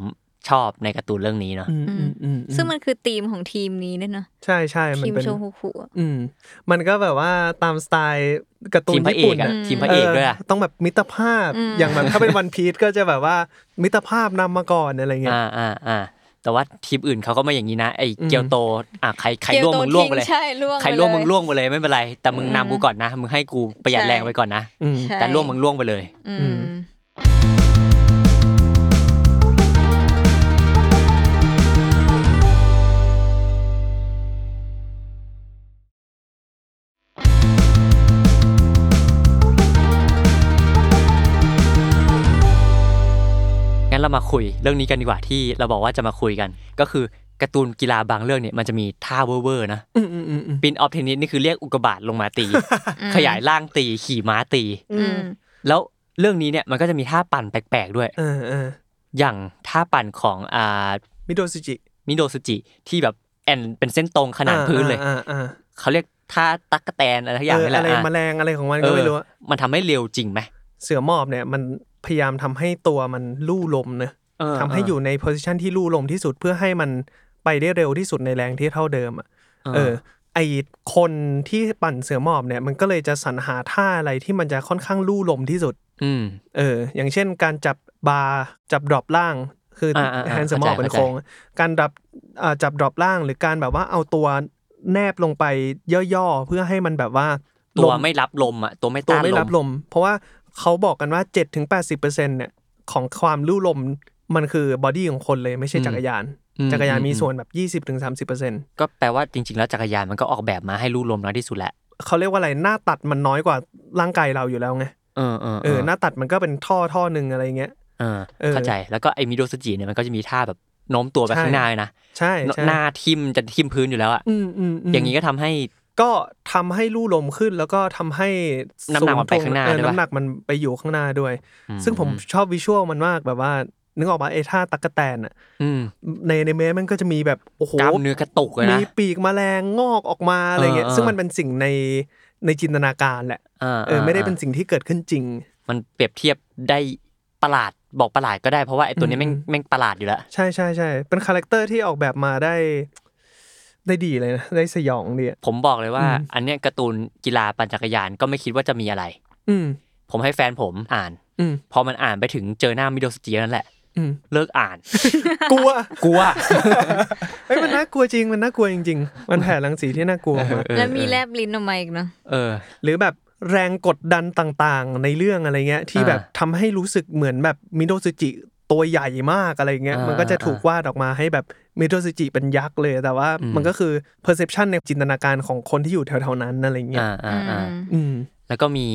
Speaker 3: ชอบในการ์ตูนเรื่องนี้เนาะ
Speaker 4: มอืมอืม
Speaker 5: ซึ่งมันคือธีมของทีมนี้ด้วยเนาะ
Speaker 4: ใช่ใช่มัน
Speaker 5: ทีม
Speaker 4: เป็น
Speaker 5: โชฮุคุอะ
Speaker 4: อืมมันก็แบบว่าตามสไตล์การ์ตู
Speaker 3: ที
Speaker 4: น
Speaker 3: มพระ
Speaker 4: ญี่
Speaker 3: เอ
Speaker 4: ปุ่
Speaker 3: ก
Speaker 4: น
Speaker 3: อ่ะ
Speaker 4: อะ
Speaker 3: ทีมพระเอกด้วยอะ
Speaker 4: เออต้องแบบมิตรภาพ
Speaker 5: อืม
Speaker 4: อย่างแบบ <laughs> ถ้าเป็นวันพีซก็จะแบบว่ามิตรภาพนำมาก่อนอะไรเงี้ย
Speaker 3: อ่าอ่าอ่า แต่ว่าทีมอื่นเขาก็ไม่อย่างนี้นะ ไอ้
Speaker 4: อืม
Speaker 3: เกียวโต อ่ะใครใครร่วงมึงร่วงไปเลย
Speaker 5: ใช่ร่วง
Speaker 3: ใครร่วงมึง
Speaker 5: ไปเย
Speaker 3: ร่วงไปเลยไม่เป็นไร แต่มึงนำกูก่อนนะ มึงให้กูประหยัด
Speaker 5: ใช่
Speaker 3: แรงไปก่อนนะ
Speaker 4: อืม
Speaker 5: ใช่
Speaker 3: แต่ร่วงมึงร่วงไปเลย
Speaker 5: อื
Speaker 4: อื
Speaker 5: ม
Speaker 4: ม
Speaker 3: งั้นเรามาคุยเรื่องนี้กันดีกว่าที่เราบอกว่าจะมาคุยกัน ก็คือการ์ตูนกีฬาบางเรื่องเนี่ยมันจะมีท่าเว่อร์ๆนะ
Speaker 4: อืมอืมอืมอืม
Speaker 3: ปินออฟเทนนิสนี่คือเรียกอุกกาบาตลงมาตี
Speaker 5: อืม
Speaker 3: ขยายร่างตีขี่ม้าตี
Speaker 5: อืม
Speaker 3: แล้วเรื่องนี้เนี่ยมันก็จะมีท่าปั่นแปลกๆด้วย
Speaker 4: เออเออ
Speaker 3: อย่างท่าปั่นของอ่า
Speaker 4: มิโดซิจิ
Speaker 3: มิโดซุจิที่แบบแอนเป็นเส้นตรงขนาดพื้นเลย
Speaker 4: อ่าอ่า
Speaker 3: เขาเรียกท่าตักกะแตนอะไรทุกอ
Speaker 4: อ่า
Speaker 3: ย่าง
Speaker 4: เออ
Speaker 3: นี่แหละ
Speaker 4: อะไรแม
Speaker 3: อ่ะ
Speaker 4: ลงอะไรของมันก็ไม่รู้อะ
Speaker 3: เออมันทำให้เร็วจริงไหม
Speaker 4: เสือหมอบเนี่ยมันพยายามทำให้ตัวมันลู่ลมนะ
Speaker 3: เ
Speaker 4: ทำให้อยู่ในโพสิชันที่ลู่ลมที่สุดเพื่อให้มันไปได้เร็วที่สุดในแรงที่เท่าเดิมอะ เออไอคนที่ปั่นเสือหมอบเนี่ยมันก็เลยจะสรรหาท่าอะไรที่มันจะค่อนข้างลู่ลมที่สุด
Speaker 3: อืม
Speaker 4: เออ อย่างเช่นการจับบาร์จับดรอปล่าง คืออา
Speaker 3: อ่าอ่า
Speaker 4: แฮนด์เสือหมอบเป็นโครงการดับอ่าจับดรอปล่าง หรือการแบบว่าเอาตัวแนบลงไปย่อๆเพื่อให้มันแบบว่า
Speaker 3: ตั
Speaker 4: ล
Speaker 3: ว
Speaker 4: ม
Speaker 3: ไม่รับลมอ่ะตัวไม่
Speaker 4: ตัว
Speaker 3: ต้าน
Speaker 4: ไม่
Speaker 3: ล
Speaker 4: รับ
Speaker 3: ม
Speaker 4: ลม เพราะว่าเขาบอกกันว่า7-80%เนี่ยของความลู่ลมมันคือบอดี้ของคนเลยไม่ใช่จักรยาน
Speaker 3: อืม
Speaker 4: จักรยานมี
Speaker 3: อื
Speaker 4: ส่วนแบบ20-30%
Speaker 3: ก็แปลว่าจริง ๆ แล้วจักรยานมันก็ออกแบบมาให้ลู่ลมน้อยที่สุดแหละ
Speaker 4: เขาเรียกว่าอะไรหน้าตัดมันน้อยกว่าร่างกายเราอยู่แล้วไง
Speaker 3: เออเออ
Speaker 4: เออหน้าตัดมันก็เป็นท่อท่อหนึ่งอะไรเงี้ย
Speaker 3: เออ
Speaker 4: เออ
Speaker 3: เข้าใจแล้วก็ไอ้มิโดสจิเนี่ยมันก็จะมีท่าแบบโน้มตัวไป
Speaker 4: ใช่
Speaker 3: ข้างหน้าเลยนะ
Speaker 4: ใช่ใช่
Speaker 3: หน้าทิ่มจะทิ่มพื้นอยู่แล้วอ่ะ
Speaker 4: อืมอืมม
Speaker 3: อย่างนี้ก็ทำให้
Speaker 4: ก็ทำให้ลู่ลมขึ้นแล้วก็ทำให้
Speaker 3: น้ำหนักมันไปข้างหน้า
Speaker 4: เออ
Speaker 3: ด้วยปะ
Speaker 4: น้ำหนักมันไปอยู่ข้างหน้าด้วย
Speaker 3: อื
Speaker 4: ซึ่งผมชอบวิชวลมันมากแบบว่า นึกออกมาไอ้ท่าตักกะแตนอะ
Speaker 3: อืม
Speaker 4: ในในเมมันก็จะมีแบบโอ้โห
Speaker 3: กล้ามเนื้อกระตุกเลยนะ
Speaker 4: มีปีกแมลงงอกออกมาอะไรเงี้ย
Speaker 3: เออเออ
Speaker 4: ซึ่งมันเป็นสิ่งในในจินตนาการแหละ
Speaker 3: า
Speaker 4: เออไม่ได้เป็นา สิ่งที่เกิดขึ้นจริง
Speaker 3: มันเปรียบเทียบได้ประหลาดบอกประหลาดก็ได้เพราะว่าไอ้ตัวนี้แม่ง
Speaker 4: อืม
Speaker 3: แม่งประหลาดอยู่แล้ว
Speaker 4: ใช่ใช่ใช่เป็นคาแรคเตอร์ที่ออกแบบมาได้ ได้ดีเลยนะได้สยองดีอะ
Speaker 3: ผมบอกเลยว่า
Speaker 4: อืม
Speaker 3: อันเนี้ยการ์ตูนกีฬาปั่นจักรยานก็ไม่คิดว่าจะมีอะไร
Speaker 4: อืม
Speaker 3: ผมให้แฟนผมอ่าน
Speaker 4: อืม
Speaker 3: พอมันอ่านไปถึงเจอหน้ามิโดสจินั่นแหละ
Speaker 4: อืม
Speaker 3: เลิกอ่าน
Speaker 4: กลัว
Speaker 3: กลัว
Speaker 4: เฮ้ยมันน่ากลัวจริง มันน่ากลัวจริง ๆ มันแผ่รังสีที่น่ากลัวออกมา
Speaker 5: แล้วมีแลบลิ้นออกมาอีกเนาะ
Speaker 3: เออ
Speaker 4: หรือแบบแรงกดดันต่างๆ ในเรื่องอะไรเงี้ย ที่
Speaker 3: อ่า
Speaker 4: แบบทำให้รู้สึกเหมือนแบบมิโดซุจิตัวใหญ่มากอะไรเงี้ย
Speaker 3: อ่ามั
Speaker 4: มันก็จะถู
Speaker 3: อ่าว
Speaker 4: กาดออกมาให้แบบมิโดซุจิเป็นยักษ์เลย แต่ว่า
Speaker 3: อืม
Speaker 4: มันก็คือ perception ในจินตนาการของคนที่อยู่แถวๆนั้นอะไรเงี้ย
Speaker 3: อ่าอ่าอ่า
Speaker 4: อืม
Speaker 3: แล้วก็มี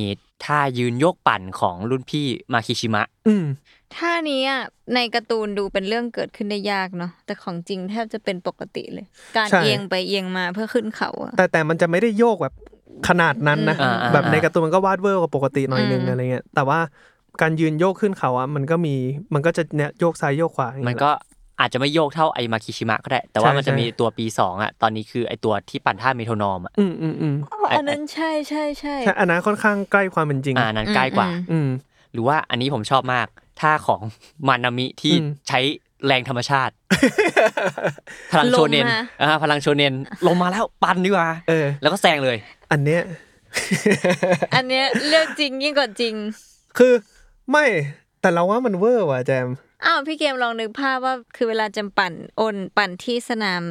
Speaker 3: ท่ายืนโยกปั่นของรุ่นพี่มาคิชิมะ
Speaker 4: อืม
Speaker 5: ท่านี้อะในการ์ตูนดูเป็นเรื่องเกิดขึ้นได้ยากเนาะแต่ของจริงแทบจะเป็นปกติเลย การ
Speaker 4: ใช่
Speaker 5: เอียงไปเอียงมาเพื่อขึ้นเขาอะ
Speaker 4: แต่แต่มันจะไม่ได้โยกแบบขนาดนั้นนะ
Speaker 3: อ่าอ่า
Speaker 4: แบบใน
Speaker 3: อ่า
Speaker 4: การ์ตูนมันก็วาดเวอร์กว่าปกติหน่อยนึง
Speaker 5: อืม
Speaker 4: อะไรเงี้ยแต่ว่า การยืนโยกขึ้นเขาอะมันก็มีมันก็จะเนี่ยโยกซ้ายโยกขวาอย่าง
Speaker 3: มัน
Speaker 4: เงี้ย
Speaker 3: ก็อาจจะไม่โยกเท่าไอมาคิชิมะก็ได้ แต่ว่า
Speaker 4: ใช่
Speaker 3: มันจะ
Speaker 4: ใช่
Speaker 3: มีตัวปีสองอ่ะตอนนี้คือไอตัวที่ปั่นท่าเมโทรนอมอ่ะ
Speaker 4: อืมอืมอืม
Speaker 5: อ๋ออันนั้นใช่ใช่ใช่
Speaker 4: ใช่อันนั้นค่อนข้างใกล้ความเป็นจริง
Speaker 3: อ่านั้นใกล้กว่า
Speaker 4: อืม
Speaker 3: หรือว่าอันนี้ผมชอบมากท่าของ <laughs> มานามิที่
Speaker 4: อืม
Speaker 3: ใช้แรงธรรมชาติ พลังโชเนน
Speaker 5: ลงมา
Speaker 3: อ่าพลังโชเนนลงมาแล้วปั่นดีกว่า
Speaker 4: เออ
Speaker 3: แล้วก็แซงเลย
Speaker 4: อันเนี้ย
Speaker 5: อันเนี้ยเลือกจริงยิ่งกว่าจริง
Speaker 4: คือไม่แต่เราว่ามันเวอร์ว่ะแจม
Speaker 5: อ้าวพี่เกมลองนึกภาพว่าคือเวลาจำปั่นโอนปั่นที่สนาม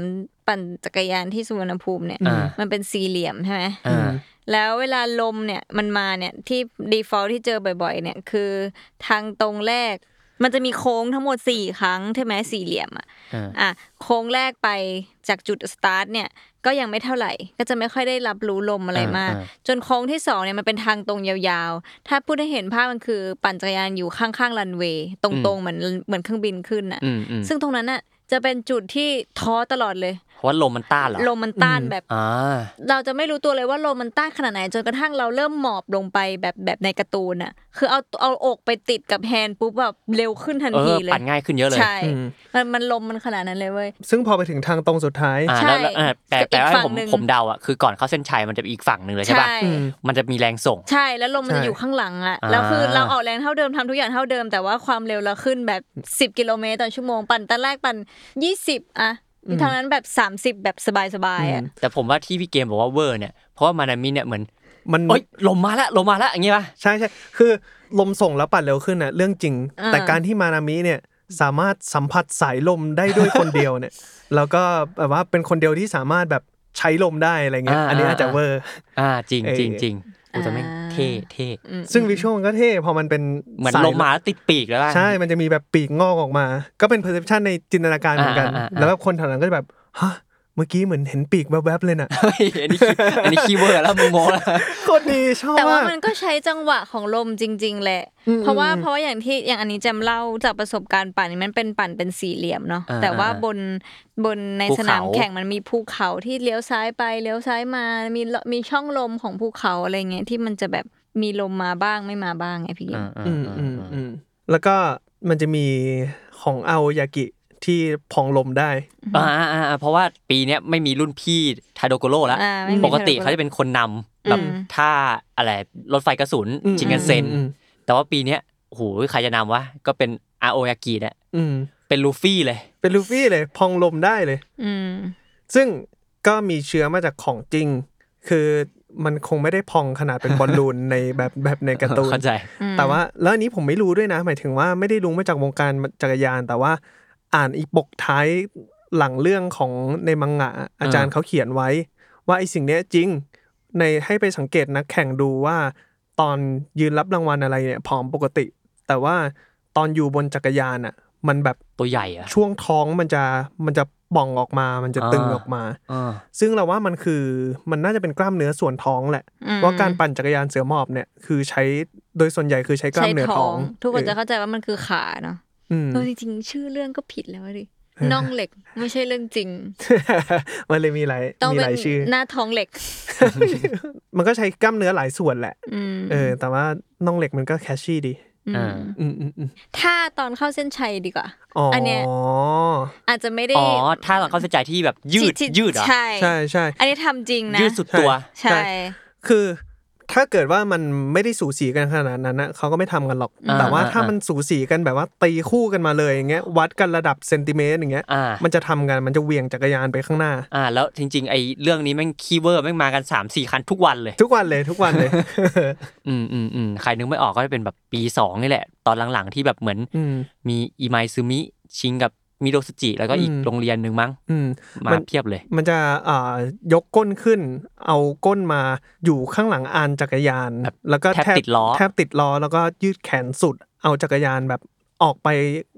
Speaker 5: ปั่นจักรยานที่สุวรรณภูมิเนี่ย
Speaker 3: อ่า
Speaker 5: มันเป็นสี่เหลี่ยมใช่ไหม
Speaker 3: อ่า
Speaker 5: แล้วเวลาลมเนี่ยมันมาเนี่ยที่ default ที่เจอบ่อยๆ เนี่ยคือทางตรงแรก มันจะมีโค้งทั้งหมดสี่ครั้งใช่ไหมสี่เหลี่ยมอ่ะ
Speaker 3: อ่า
Speaker 5: อ่ะโค้งแรกไปจากจุดสตาร์ทเนี่ยก็ยังไม่เท่าไหร่ ก็จะไม่ค่อยได้รับรู้ลมอะไรมาก
Speaker 3: อ่า
Speaker 5: จนโค้งที่สองเนี่ยมันเป็นทางตรงยาวๆ ถ้าพูดให้เห็นภาพมันคือปั่นจักรยานอยู่ข้างๆรันเวย์ตรงๆเหมือนเหมือนเครื่องบินขึ้นน่ะ
Speaker 3: อืมอืม
Speaker 5: ซึ่งตรงนั้นน่ะจะเป็นจุดที่ท้อตลอดเลย
Speaker 3: เพราะว่าลมมันต้านเหรอ
Speaker 5: ลมมันต้านแบบ
Speaker 3: อ่า
Speaker 5: เราจะไม่รู้ตัวเลยว่าลมมันต้านขนาดไหนจนกระทั่งเราเริ่มหมอบลงไปแบบแบบในการ์ตูนน่ะ คือเอาเอาอกไปติดกับแฮนด์ปุ๊บแบบเร็วขึ้นทัน
Speaker 3: เออ
Speaker 5: ทีเลย
Speaker 3: ปั่นง่ายขึ้นเยอะเลย
Speaker 5: ใช่
Speaker 4: อืม
Speaker 5: มันมันลมมันขนาดนั้นเลยเว้ย
Speaker 4: ซึ่งพอไปถึงทางตรงสุดท้าย
Speaker 3: อ่า
Speaker 5: ใช่
Speaker 3: แล้วแล้วอ่าแต่แต่ว่า
Speaker 5: อีกฝั่ง
Speaker 3: ผม
Speaker 5: หนึ่ง
Speaker 3: ผมเดาอ่ะคือก่อนเข้าเส้นชัยมันจะมีอีกฝั่งหนึ่งเลยใช่ป่ะ
Speaker 5: ใช่
Speaker 4: อืม
Speaker 3: มันจะมีแรงส่ง
Speaker 5: ใช่แล้วลมมัน
Speaker 4: ใช่
Speaker 5: จะอยู่ข้างหลังอะ
Speaker 3: อ่า
Speaker 5: แล้วคือเราออกแรงเท่าเดิมทำทุกอย่างเท่าเดิม แต่ว่าความเร็วเราขึ้นแบบ 10 กิโลเมตรต่อชั่วโมงปั่นตอนแรกปั่น 20 อ่ะทางนั้นแบบ 30 แบบสบายๆอ่ะ
Speaker 3: แต่ผมว่าที่พี่เกมบอกว่าเวอร์เนี่ยเพราะว่ามานามิเนี่ยเหมือน
Speaker 4: มัน
Speaker 3: โอ๊ยลมมาแล้วลมมาแล้วอย่างเงี้ยป่ะ
Speaker 4: ใช่ใช่คือลมส่งแล้วปัดเร็วขึ้นน่ะเรื่องจริง
Speaker 5: า
Speaker 4: แต่การที่มานามิเนี่ยสามารถสัมผัสสายลมได้ด้วยคนเดียวเนี่ย <laughs> แล้วก็แบบว่าเป็นคนเดียวที่สามารถแบบใช้ลมได้อะไรเงี้ย
Speaker 3: อ่า
Speaker 4: อันนี้อาจจะเวอร์
Speaker 3: อ่าจริง
Speaker 4: เออ
Speaker 3: จริงจริงกูจะไม่ง
Speaker 5: อ่า
Speaker 3: เท่เท่
Speaker 5: อืม
Speaker 4: ซึ่งวิชวลมันก็เท่พอมันเป็น
Speaker 3: เหมือน
Speaker 4: สย
Speaker 3: ลมมาแล้วติดปีกแล้วป่ะ
Speaker 4: ใช่มันจะมีแบบปีกงอกออกมา ก็เป็น perception ในจินตนาการเหมือนกัน
Speaker 3: อ่าอ่าอ่า
Speaker 4: แล้วแบบคนแถวนั้นก็จะแบบฮะเมื่อกี้เหมือนเห็นปีกแวบๆเลย
Speaker 3: <laughs>
Speaker 4: น่ะ
Speaker 3: เฮ้ยอันนี้ขี้อันนี้ขี้เวอร์แล้วมึงงงแล้ว
Speaker 4: โคตรดีชอบ
Speaker 5: แต่ว่าม
Speaker 4: าก
Speaker 5: มันก็ใช้จังหวะของลมจริง ๆ แหละ
Speaker 4: อืม
Speaker 5: เพราะว่า
Speaker 4: อืม
Speaker 5: เพราะว่าอย่างที่อย่างอันนี้จำเล่าจากประสบการณ์ปั่นนี่มันเป็นปั่นเป็นสี่เหลี่ยมเนาะ
Speaker 3: อ่า
Speaker 5: แต่ว่า
Speaker 3: อ่า
Speaker 5: บนบนใน
Speaker 3: ภู
Speaker 5: สนาม
Speaker 3: เขา
Speaker 5: แข่งมันมีภูเขาที่เลี้ยวซ้ายไปเลี้ยวซ้ายมามีมีช่องลมของภูเขาอะไรเงี้ยที่มันจะแบบมีลมมาบ้างไม่มาบ้างไงพี่เกม
Speaker 3: อ่า
Speaker 4: อืม
Speaker 3: อ่า
Speaker 4: อืม
Speaker 3: อ่า
Speaker 4: อืมแล้วก็มันจะมีของเอายากิที่พองลมได้
Speaker 3: อ่าอ่าอ่าเพราะว่าปีเนี้ยไม่มีรุ่นพี่ทาโดโกโร่แล้ว
Speaker 5: อ่าไม่มี
Speaker 3: ปกติ
Speaker 5: ทาโดโกโร่
Speaker 3: เขาจะเป็นคนนำแบบ
Speaker 5: อืม
Speaker 3: ท่าอะไรรถไฟกระสุน
Speaker 4: อืม
Speaker 3: ชิงกันเซ็น
Speaker 4: อืม
Speaker 3: แต่ว่าปีเนี้ยโอ้โหใครจะนำวะก็เป็นอาโอยากิเนี่ย
Speaker 4: อืม
Speaker 3: เป็นลูฟี่เลย
Speaker 4: เป็นลูฟี่เลยพองลมได้เลย
Speaker 5: อืม
Speaker 4: ซึ่งก็มีเชื้อมาจากของจริง คือมันคงไม่ได้พองขนาดเป็นบอลลูน ในแบบแบบในการ์ตูน
Speaker 3: เข้าใจ
Speaker 4: แต่ว่าแล้วอันนี้ผมไม่รู้ด้วยนะ หมายถึงว่าไม่ได้รู้มาจากวงการจักรยาน แต่ว่าอ่านอีปกท้ายหลังเรื่องของในมังงะอาจารย์เขาเขียนไว้ ว่าไอสิ่งเนี้ยจริงในให้ไปสังเกตนักแข่งดูว่า ตอนยืนรับรางวัลอะไรเนี่ยผอมปกติ แต่ว่าตอนอยู่บนจักรยานอ่ะ มันแบบ
Speaker 3: ตัวใหญ่เหรอะ
Speaker 4: ช่วงท้องมันจะมันจะป่องออกมา มันจะ
Speaker 3: อ่า
Speaker 4: ตึงออกมา ซึ่งเราว่ามันคือมันน่าจะเป็นกล้ามเนื้อส่วนท้องแหละ
Speaker 5: อืม
Speaker 4: ว่าการปั่นจักรยานเสือหมอบเนี่ยคือใช้โดยส่วนใหญ่คือใช้กล้า
Speaker 5: ใช้
Speaker 4: มเนื้อ
Speaker 5: ท้
Speaker 4: ท้
Speaker 5: อ
Speaker 4: อง
Speaker 5: ง ทุกคนจะ
Speaker 4: เออ
Speaker 5: เข้าใจว่ามันคือขาเนาะ
Speaker 4: อืม
Speaker 5: เออจริงๆ ชื่อเรื่องก็ผิดแล้วอะดิน่องเหล็กไม่ใช่เรื่องจริง
Speaker 4: <laughs> มันเลยมีหลาย
Speaker 5: ต้อง
Speaker 4: มี
Speaker 5: เป็
Speaker 4: ห
Speaker 5: น
Speaker 4: ลายชื่อ
Speaker 5: หน้าท้องเหล็ก
Speaker 4: <laughs> มันก็ใช้กล้ามเนื้อหลายส่วนแหละ
Speaker 5: อืม
Speaker 4: เออ แต่ว่าน้องเหล็กมันก็แคชชี่ดี
Speaker 5: ม
Speaker 3: อ่า
Speaker 4: อืมอืมอืม
Speaker 5: ถ้าตอนเข้าเส้นชัยดีกว่า
Speaker 4: อ๋ออน
Speaker 5: เนี้ย อาจจะไม่ได้
Speaker 3: อ๋อ ถ้าเราเข้าใจที่แบบยืด
Speaker 5: ที่ที่
Speaker 3: ยืดเหรอ
Speaker 5: ใช่
Speaker 4: ใช่ใช่
Speaker 5: อันนี้ทำจริงนะ
Speaker 3: ยืดสุดตัว
Speaker 5: ใช่
Speaker 4: ใช่ คือถ้าเกิดว่ามันไม่ได้สูสีกันขนาดนั้นนะเขาก็ไม่ทำกันหรอก
Speaker 3: อ่า
Speaker 4: แต่ว่า
Speaker 3: อ่า
Speaker 4: ถ้า
Speaker 3: อ่ามั
Speaker 4: มันสูสีกันแบบว่าตีคู่กันมาเลยอย่างเงี้ยวัดกันระดับเซนติเมตรอย่างเงี้ย
Speaker 3: อ่า
Speaker 4: มันจะทำกันมันจะเหวี่ยงจักรยานไปข้างหน้า
Speaker 3: อ่า แล้วจริง ๆ ไอ้เรื่องนี้แม่งคีย์เวอร์ดแม่งมากัน 3 4 คันทุกวันเลย
Speaker 4: ทุกวันเลยทุกวันเลย <laughs>
Speaker 3: อืมอืมอืมใครนึกไม่ออกก็จะเป็นแบบปี 2 นี่แหละ ตอนหลัง ๆ ที่แบบเหมือน
Speaker 4: อืม
Speaker 3: มีอีไมซึมิชิงกับมิโดสจิ แล้วก็อีก
Speaker 4: อืม
Speaker 3: โรงเรียนหนึ่งมั้ง
Speaker 4: อืม
Speaker 3: มาม
Speaker 4: น
Speaker 3: เพียบเลย
Speaker 4: มันจะอ่ายกก้นขึ้น เอาก้นมาอยู่ข้างหลังอานจักรยาน
Speaker 3: แบบ
Speaker 4: แล้วก็
Speaker 3: แทบติดล้อ
Speaker 4: แทบติดล้อแล้วก็ยืดแขนสุด เอาจักรยานแบบออกไป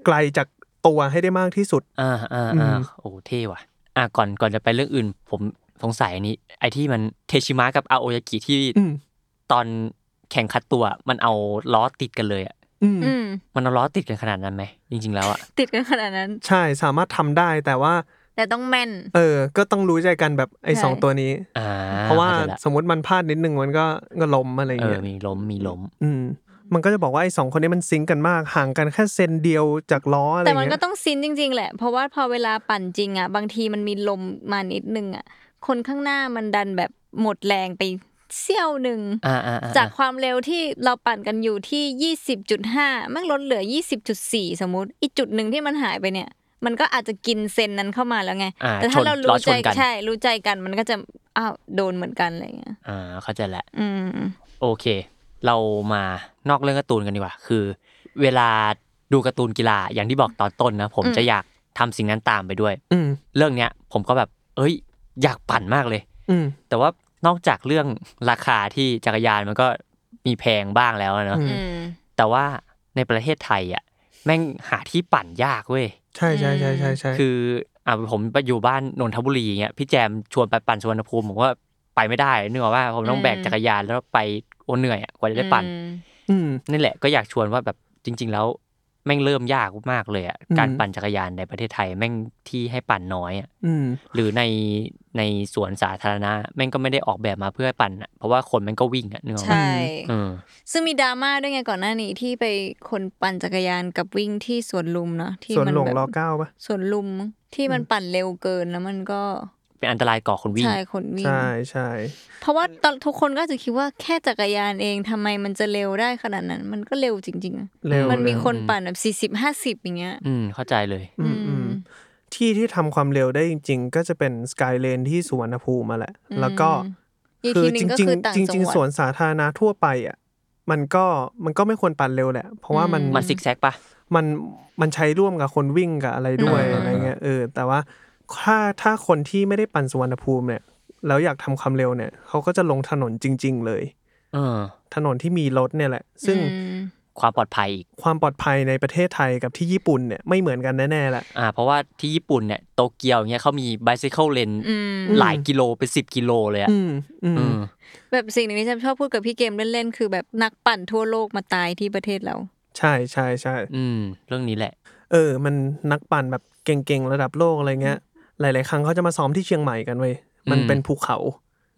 Speaker 4: ไกลจากตัวให้ได้มากที่สุด
Speaker 3: อ่าอ่า
Speaker 4: อื
Speaker 3: อ่าม โอ้เท่ว่ะ อ่าก่อนก่อนจะไปเรื่องอื่น ผมสงสัยอันนี้ ไอ้ที่มันเทชิมะกับอาโอยากิที่
Speaker 4: อืม
Speaker 3: ตอนแข่งคัดตัวมันเอาล้อติดกันเลยอะ
Speaker 4: อืม
Speaker 5: อืม
Speaker 3: มันเอาล้อติดกันขนาดนั้นไหมจริง ๆ แล้วอะ
Speaker 5: ติดกันขนาดนั้น
Speaker 4: ใช่สามารถทำได้แต่ว่า
Speaker 5: แต่ต้องแม่น
Speaker 4: เออ ก็ต้องรู้ใจกันแบบไอ้
Speaker 5: ใช่
Speaker 4: สองตัวนี้
Speaker 3: อ่า
Speaker 4: เพราะว่า
Speaker 3: ข้ใจละ
Speaker 4: สมมติมันพลาดนิดนึงมันก็ก็ล้มอะไร
Speaker 3: เออ
Speaker 4: เงี้ย
Speaker 3: มีล้มมีล้ม
Speaker 4: อืม มันก็จะบอกว่าไอ้สองคนนี้มันซิงค์กันมาก ห่างกันแค่เซนเดียวจากล้ออะไร
Speaker 5: แต่มัน
Speaker 4: เงี้
Speaker 5: ก็
Speaker 4: ย
Speaker 5: ต้องซินจริง ๆ แหละ เพราะว่าพอเวลาปั่นจริงอ่ะ บางทีมันมีลมมานิดนึงอ่ะ คนข้างหน้ามันดันแบบหมดแรงไปเสี้ยวหนึ่ง
Speaker 3: อ่าอ่อ่
Speaker 5: จากความเร็วที่เราปั่นกันอยู่ที่ 20.5 มันลดเหลือ 20.4 สมมติ อีกจุดหนึ่งที่มันหายไปเนี่ย มันก็อาจจะกินเซนนั้นเข้ามาแล้วไง
Speaker 3: อ่
Speaker 5: แต่ถ้าเรา
Speaker 3: ล้
Speaker 5: รู้
Speaker 3: อช
Speaker 5: ใจ
Speaker 3: นกัน
Speaker 5: ใช่ รู้ใจกันมันก็จะ อ้าว โดนเหมือนกันอะไรเงี้ย
Speaker 3: อ่าเข้าใจแล้ว
Speaker 5: อืม
Speaker 3: โอเค เรามานอกเรื่องการ์ตูนกันดีกว่า คือ เวลาดูการ์ตูนกีฬาอย่างที่บอกตอนต้นนะ ผม
Speaker 5: อืม
Speaker 3: จะอยากทำสิ่งนั้นตามไปด้วย
Speaker 4: อืม
Speaker 3: เรื่องเนี้ยผมก็แบบ เอ้ย อยากปั่นมากเลย
Speaker 4: อืม
Speaker 3: แต่ว่านอกจากเรื่องราคาที่จักรยานมันก็มีแพงบ้างแล้วอะเนอะ
Speaker 4: อืม
Speaker 5: อืม
Speaker 3: แต่ว่าในประเทศไทยอ่ะแม่งหาที่ปั่นยากเว้ย
Speaker 4: ใช่ใช่ใช่ใช่ใช่
Speaker 3: คืออ่ะผมไปอยู่บ้านนนทบุรีเงี้ยพี่แจมชวนไปปั่นสุวรรณภูมิผมก็ไปไม่ได้เนื่องว่าผมต้อง
Speaker 5: อืม
Speaker 3: แบกจักรยานแล้วไปโอเหนื่อยอะกว่าจะได้ปั่น
Speaker 4: อืม
Speaker 3: นี่แหละก็อยากชวนว่าแบบจริง ๆ แล้วแม่งเริ่มยากมากเลยอะ
Speaker 4: อืม
Speaker 3: การปั่นจักรยานในประเทศไทยแม่งที่ให้ปั่นน้อยอะ
Speaker 4: อืม
Speaker 3: หรือในในสวนสาธารณะแม่งก็ไม่ได้ออกแบบมาเพื่อให้ปั่นอะเพราะว่าคนแม่งก็วิ่งอะนึกออกไหม
Speaker 5: ใช่
Speaker 3: เออ
Speaker 5: ซึ่งมีดราม่าด้วยไงก่อนหน้านี้ที่ไปคนปั่นจักรยานกับวิ่งที่สวนลุมเนาะที่
Speaker 4: ส่วน
Speaker 5: มั
Speaker 4: หลง
Speaker 5: แบบ
Speaker 4: ล้อเก้าปะ
Speaker 5: สวนลุมที่มันปั่นเร็วเกินแล้วมันก็
Speaker 3: เป็นอันตรายก่อคนวิ่ง
Speaker 5: ใช่คนวิ่ง
Speaker 4: ใช่ใช่
Speaker 5: เพราะว่าตอนทุกคนก็อาจจะคิดว่าแค่จักรยานเองทำไมมันจะเร็วได้ขนาดนั้น มันก็เร็วจริงๆอะ
Speaker 4: เร็ว
Speaker 5: มันมี
Speaker 4: เร็ว
Speaker 5: คนปั่นแบบสี่สิบห้าสิบอย่างเงี้ย
Speaker 3: อืมเข้าใจเลย
Speaker 4: อืม
Speaker 5: อื
Speaker 4: อื
Speaker 5: ม
Speaker 4: มที่ที่ทำความเร็วได้จริง ๆ ก็จะเป็นสกายเลนที่สุวรรณภูมิมาแหละ แล้วก็
Speaker 5: อีก
Speaker 4: คื
Speaker 5: ที
Speaker 4: อ
Speaker 5: หนึ
Speaker 4: จ
Speaker 5: งก็
Speaker 4: ริง
Speaker 5: คือต่าง
Speaker 4: ๆจริงๆ
Speaker 5: จังหวัด
Speaker 4: สวนสาธารณะทั่วไปอ่ะมันก็มันก็ไม่ควรปั่นเร็วแหละ เพราะว่ามัน
Speaker 5: อื
Speaker 3: มันซิกแซกปะ
Speaker 4: มันมันใช้ร่วมกับคนวิ่งกับอะไรด้วย
Speaker 3: อืม
Speaker 4: อะไรเงี้ยเออแต่ว่าถ้าถ้าคนที่ไม่ได้ปั่นสุวรรณภูมิเนี่ย แล้วอยากทำความเร็วเนี่ยเขาก็จะลงถนนจริง ๆ เลย
Speaker 3: เออ
Speaker 4: ถนนที่มีรถเนี่ยแหละ ซึ่ง
Speaker 5: อืม
Speaker 3: ความปลอดภัยอีก
Speaker 4: ความปลอดภัยในประเทศไทยกับที่ญี่ปุ่นเนี่ยไม่เหมือนกันแน่ๆแหละ
Speaker 3: อ่า เพราะว่าที่ญี่ปุ่นเนี่ยโตเกียวเงี้ยเขามี bicycle lane
Speaker 5: อืม
Speaker 3: หลายกิโลเป็นสิบกิโลเลยอะ
Speaker 4: อืมอื
Speaker 3: อื
Speaker 4: ม
Speaker 3: ม
Speaker 5: แบบสิ่งหนึ่งที่ฉันชอบพูดกับพี่เกมเล่นๆคือแบบนักปั่นทั่วโลกมาตายที่ประเทศเรา
Speaker 4: ใช่ใช่ใช่
Speaker 3: อืม เรื่องนี้แหละ
Speaker 4: เออ มันนักปั่นแบบเก่งๆ ระดับโลกอะไรเงี้ย หลาย ๆ ครั้งเขาจะมาซ้อมที่เชียงใหม่กันเว้ย มัน
Speaker 3: อืม
Speaker 4: เป็นภูเขา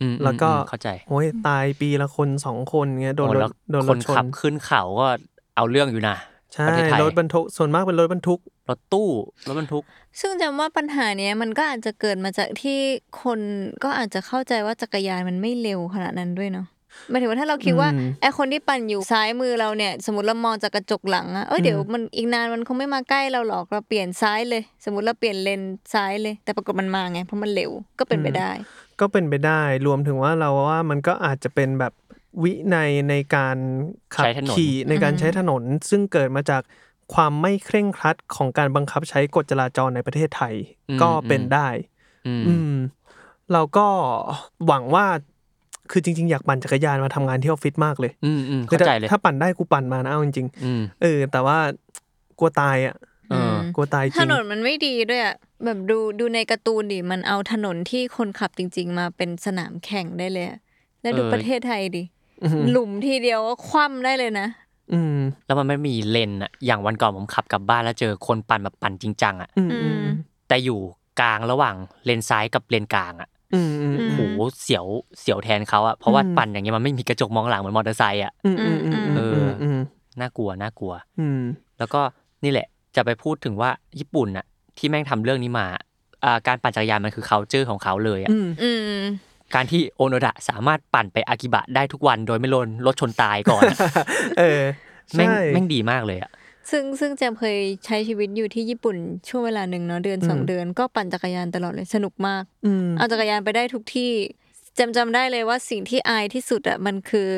Speaker 3: อืมอืม
Speaker 4: แล้วก็
Speaker 3: อืมเข้าใจ
Speaker 4: โอ้ยตายปีละคนสองคนเงี้ยโดน
Speaker 3: อ้
Speaker 4: ร
Speaker 3: แล้
Speaker 4: ถ
Speaker 3: ว
Speaker 4: โดน
Speaker 3: ค
Speaker 4: ร
Speaker 3: น
Speaker 4: ถช
Speaker 3: ขับ
Speaker 4: น
Speaker 3: ขึ้นเขาก็เอาเรื่องอยู่นะ
Speaker 4: ใช่
Speaker 3: ประเทศไทย
Speaker 4: รถบรรทุกส่วนมากเป็นรถบรรทุก
Speaker 3: รถตู้รถบรรทุก
Speaker 5: ซึ่งจำว่าปัญหาเนี้ยมันก็อาจจะเกิดมาจากที่คนก็อาจจะเข้าใจว่าจักรยานมันไม่เร็วขนาดนั้นด้วยเนาะหมายถึงว่าถ้าเราคิดว่า
Speaker 4: อืม
Speaker 5: ไอคนที่ปั่นอยู่ซ้ายมือเราเนี่ย สมมติเรามองจากกระจกหลังอะเอ้ยเดี๋ยวมันอีกนานมันคงไม่มาใกล้เราหรอกเราเปลี่ยนซ้ายเลย สมมติเราเปลี่ยนเลนซ้ายเลย แต่ปรากฏมันมาไงเพราะมันเร็วก็เป็นไป
Speaker 4: อืม
Speaker 5: ได้
Speaker 4: ก็เป็นไปได้ รวมถึงว่าเราว่ามันก็อาจจะเป็นแบบวินัยในการขับ
Speaker 3: ใช้ถนน
Speaker 4: ขี่ในการใช้ถนน ซึ่งเกิดมาจากความไม่เคร่งครัดของการบังคับใช้กฎจราจรในประเทศไทย
Speaker 3: อืม
Speaker 4: ก็เป็น
Speaker 3: อืม
Speaker 4: ได้
Speaker 3: อืม
Speaker 4: อืมเราก็หวังว่าคือจริง ๆ อยากปั่นจักรยานมาทำงานที่ออฟฟิศมากเลย
Speaker 3: อืมอืม
Speaker 4: คือ
Speaker 3: เข้าใจเลย
Speaker 4: ถ้าปั่นได้กูปั่นมานะเอาจริง
Speaker 3: อืม
Speaker 4: ๆเออ แต่ว่ากลัวตายอ่ะ
Speaker 3: เออ
Speaker 4: กลัวตายจ
Speaker 5: ถ
Speaker 4: ริง
Speaker 5: นนมันไม่ดีด้วยอะแบบดูดูในการ์ตูนดิมันเอาถนนที่คนขับจริง ๆ มาเป็นสนามแข่งได้เลยอะแล้วดูประเทศไทยดิ
Speaker 4: อืม
Speaker 5: หลุมทีเดียวก็คว่ำได้เลยนะ
Speaker 4: อืม
Speaker 3: แล้วมันไม่มีเลนอะอย่างวันก่อนผมขับกลับบ้านแล้วเจอคนปั่นแบบปั่นจริงจังอะ
Speaker 4: อืม
Speaker 5: อื
Speaker 4: อืม
Speaker 5: ม
Speaker 3: แต่อยู่กลางระหว่างเลนซ้ายกับเลนกลางอะ
Speaker 4: อืมอืม
Speaker 5: อืม
Speaker 3: โหเสียวเสียวแทนเขาอะเพราะว่าปั่นอย่างเงี้ยมันไม่มีกระจกมองหลังเหมือนมอเตอร์ไซค์อะ
Speaker 4: อืมอืมอืมอืมอืมอืม
Speaker 3: น่ากลัวน่ากลัว
Speaker 4: อืม
Speaker 3: แล้วก็นี่แหละจะไปพูดถึงว่าญี่ปุ่นอะที่แม่งทำเรื่องนี้มาอ่าการปั่นจักรยานมันคือ culture ของเขาเลยอะ
Speaker 4: อืม
Speaker 5: อืม
Speaker 3: การที่โอโนดะสามารถปั่นไปอากิบะได้ทุกวันโดยไม่ลนรถชนตายก่อนอะ
Speaker 4: เออ
Speaker 3: แม่ง
Speaker 4: ใช่
Speaker 3: แม่งดีมากเลยอ่ะ
Speaker 5: ซึ่งซึ่งแจมเคยใช้ชีวิตอยู่ที่ญี่ปุ่นช่วงเวลาหนึ่งเนาะเดือนสอง
Speaker 4: อืม
Speaker 5: เดือนก็ปั่นจักรยานตลอดเลยสนุกมาก
Speaker 4: อืม
Speaker 5: เอาจักรยานไปได้ทุกที่แจำจำได้เลยว่าสิ่งที่อายที่สุดอ่ะมันคือ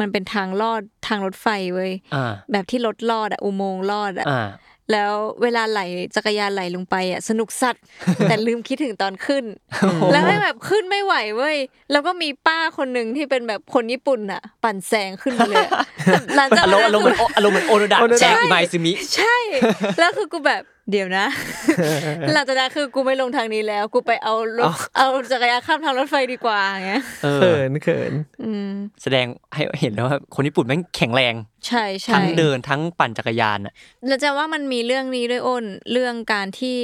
Speaker 5: มันเป็นทางลอดทางรถไฟเว้ย
Speaker 3: อ่า
Speaker 5: แบบที่รถลอดอ่ะอุโมงค์ลอดอ่ะ
Speaker 3: อ่า
Speaker 5: แล้วเวลาไหลจักรยานไหลลงไปอ่ะสนุกสัตว์ <laughs> แต่ลืมคิดถึงตอนขึ้น แล้วไม่แบบขึ้นไม่ไหวเว้ยแล้วก็มีป้าคนหนึ่งที่เป็นแบบคนญี่ปุ่นอ่ะ ปั่นแซงขึ้นมา <laughs> เลยอะแต่หลังจาก
Speaker 3: อารมณ์อารมณ์เหมื
Speaker 5: นั้น
Speaker 3: อน
Speaker 5: คือ
Speaker 3: อารมณ์เหมือนโอโนดะ
Speaker 5: โอโนดะ
Speaker 3: แจกอิมายซึมิ
Speaker 5: ใช่ แล้วคือกูแบบเดี๋ยวนะ หลังจากนั้นคือกูไม่ลงทางนี้แล้ว กูไปเอารถเอาจักรยานข้ามทางรถไฟดีกว่าอย่างเงี้ย
Speaker 3: เอ
Speaker 4: เขิ
Speaker 3: อ
Speaker 4: นเขิน
Speaker 5: อืม
Speaker 3: แสดงให้เห็นแล้วว่าคนญี่ปุ่นแม่งแข็งแรง
Speaker 5: ใช่ใช่
Speaker 3: ทั้งเดินทั้งปั่นจักรยานอ่ะ
Speaker 5: แล้วจะว่ามันมีเรื่องนี้ด้วยอ้นเรื่องการที่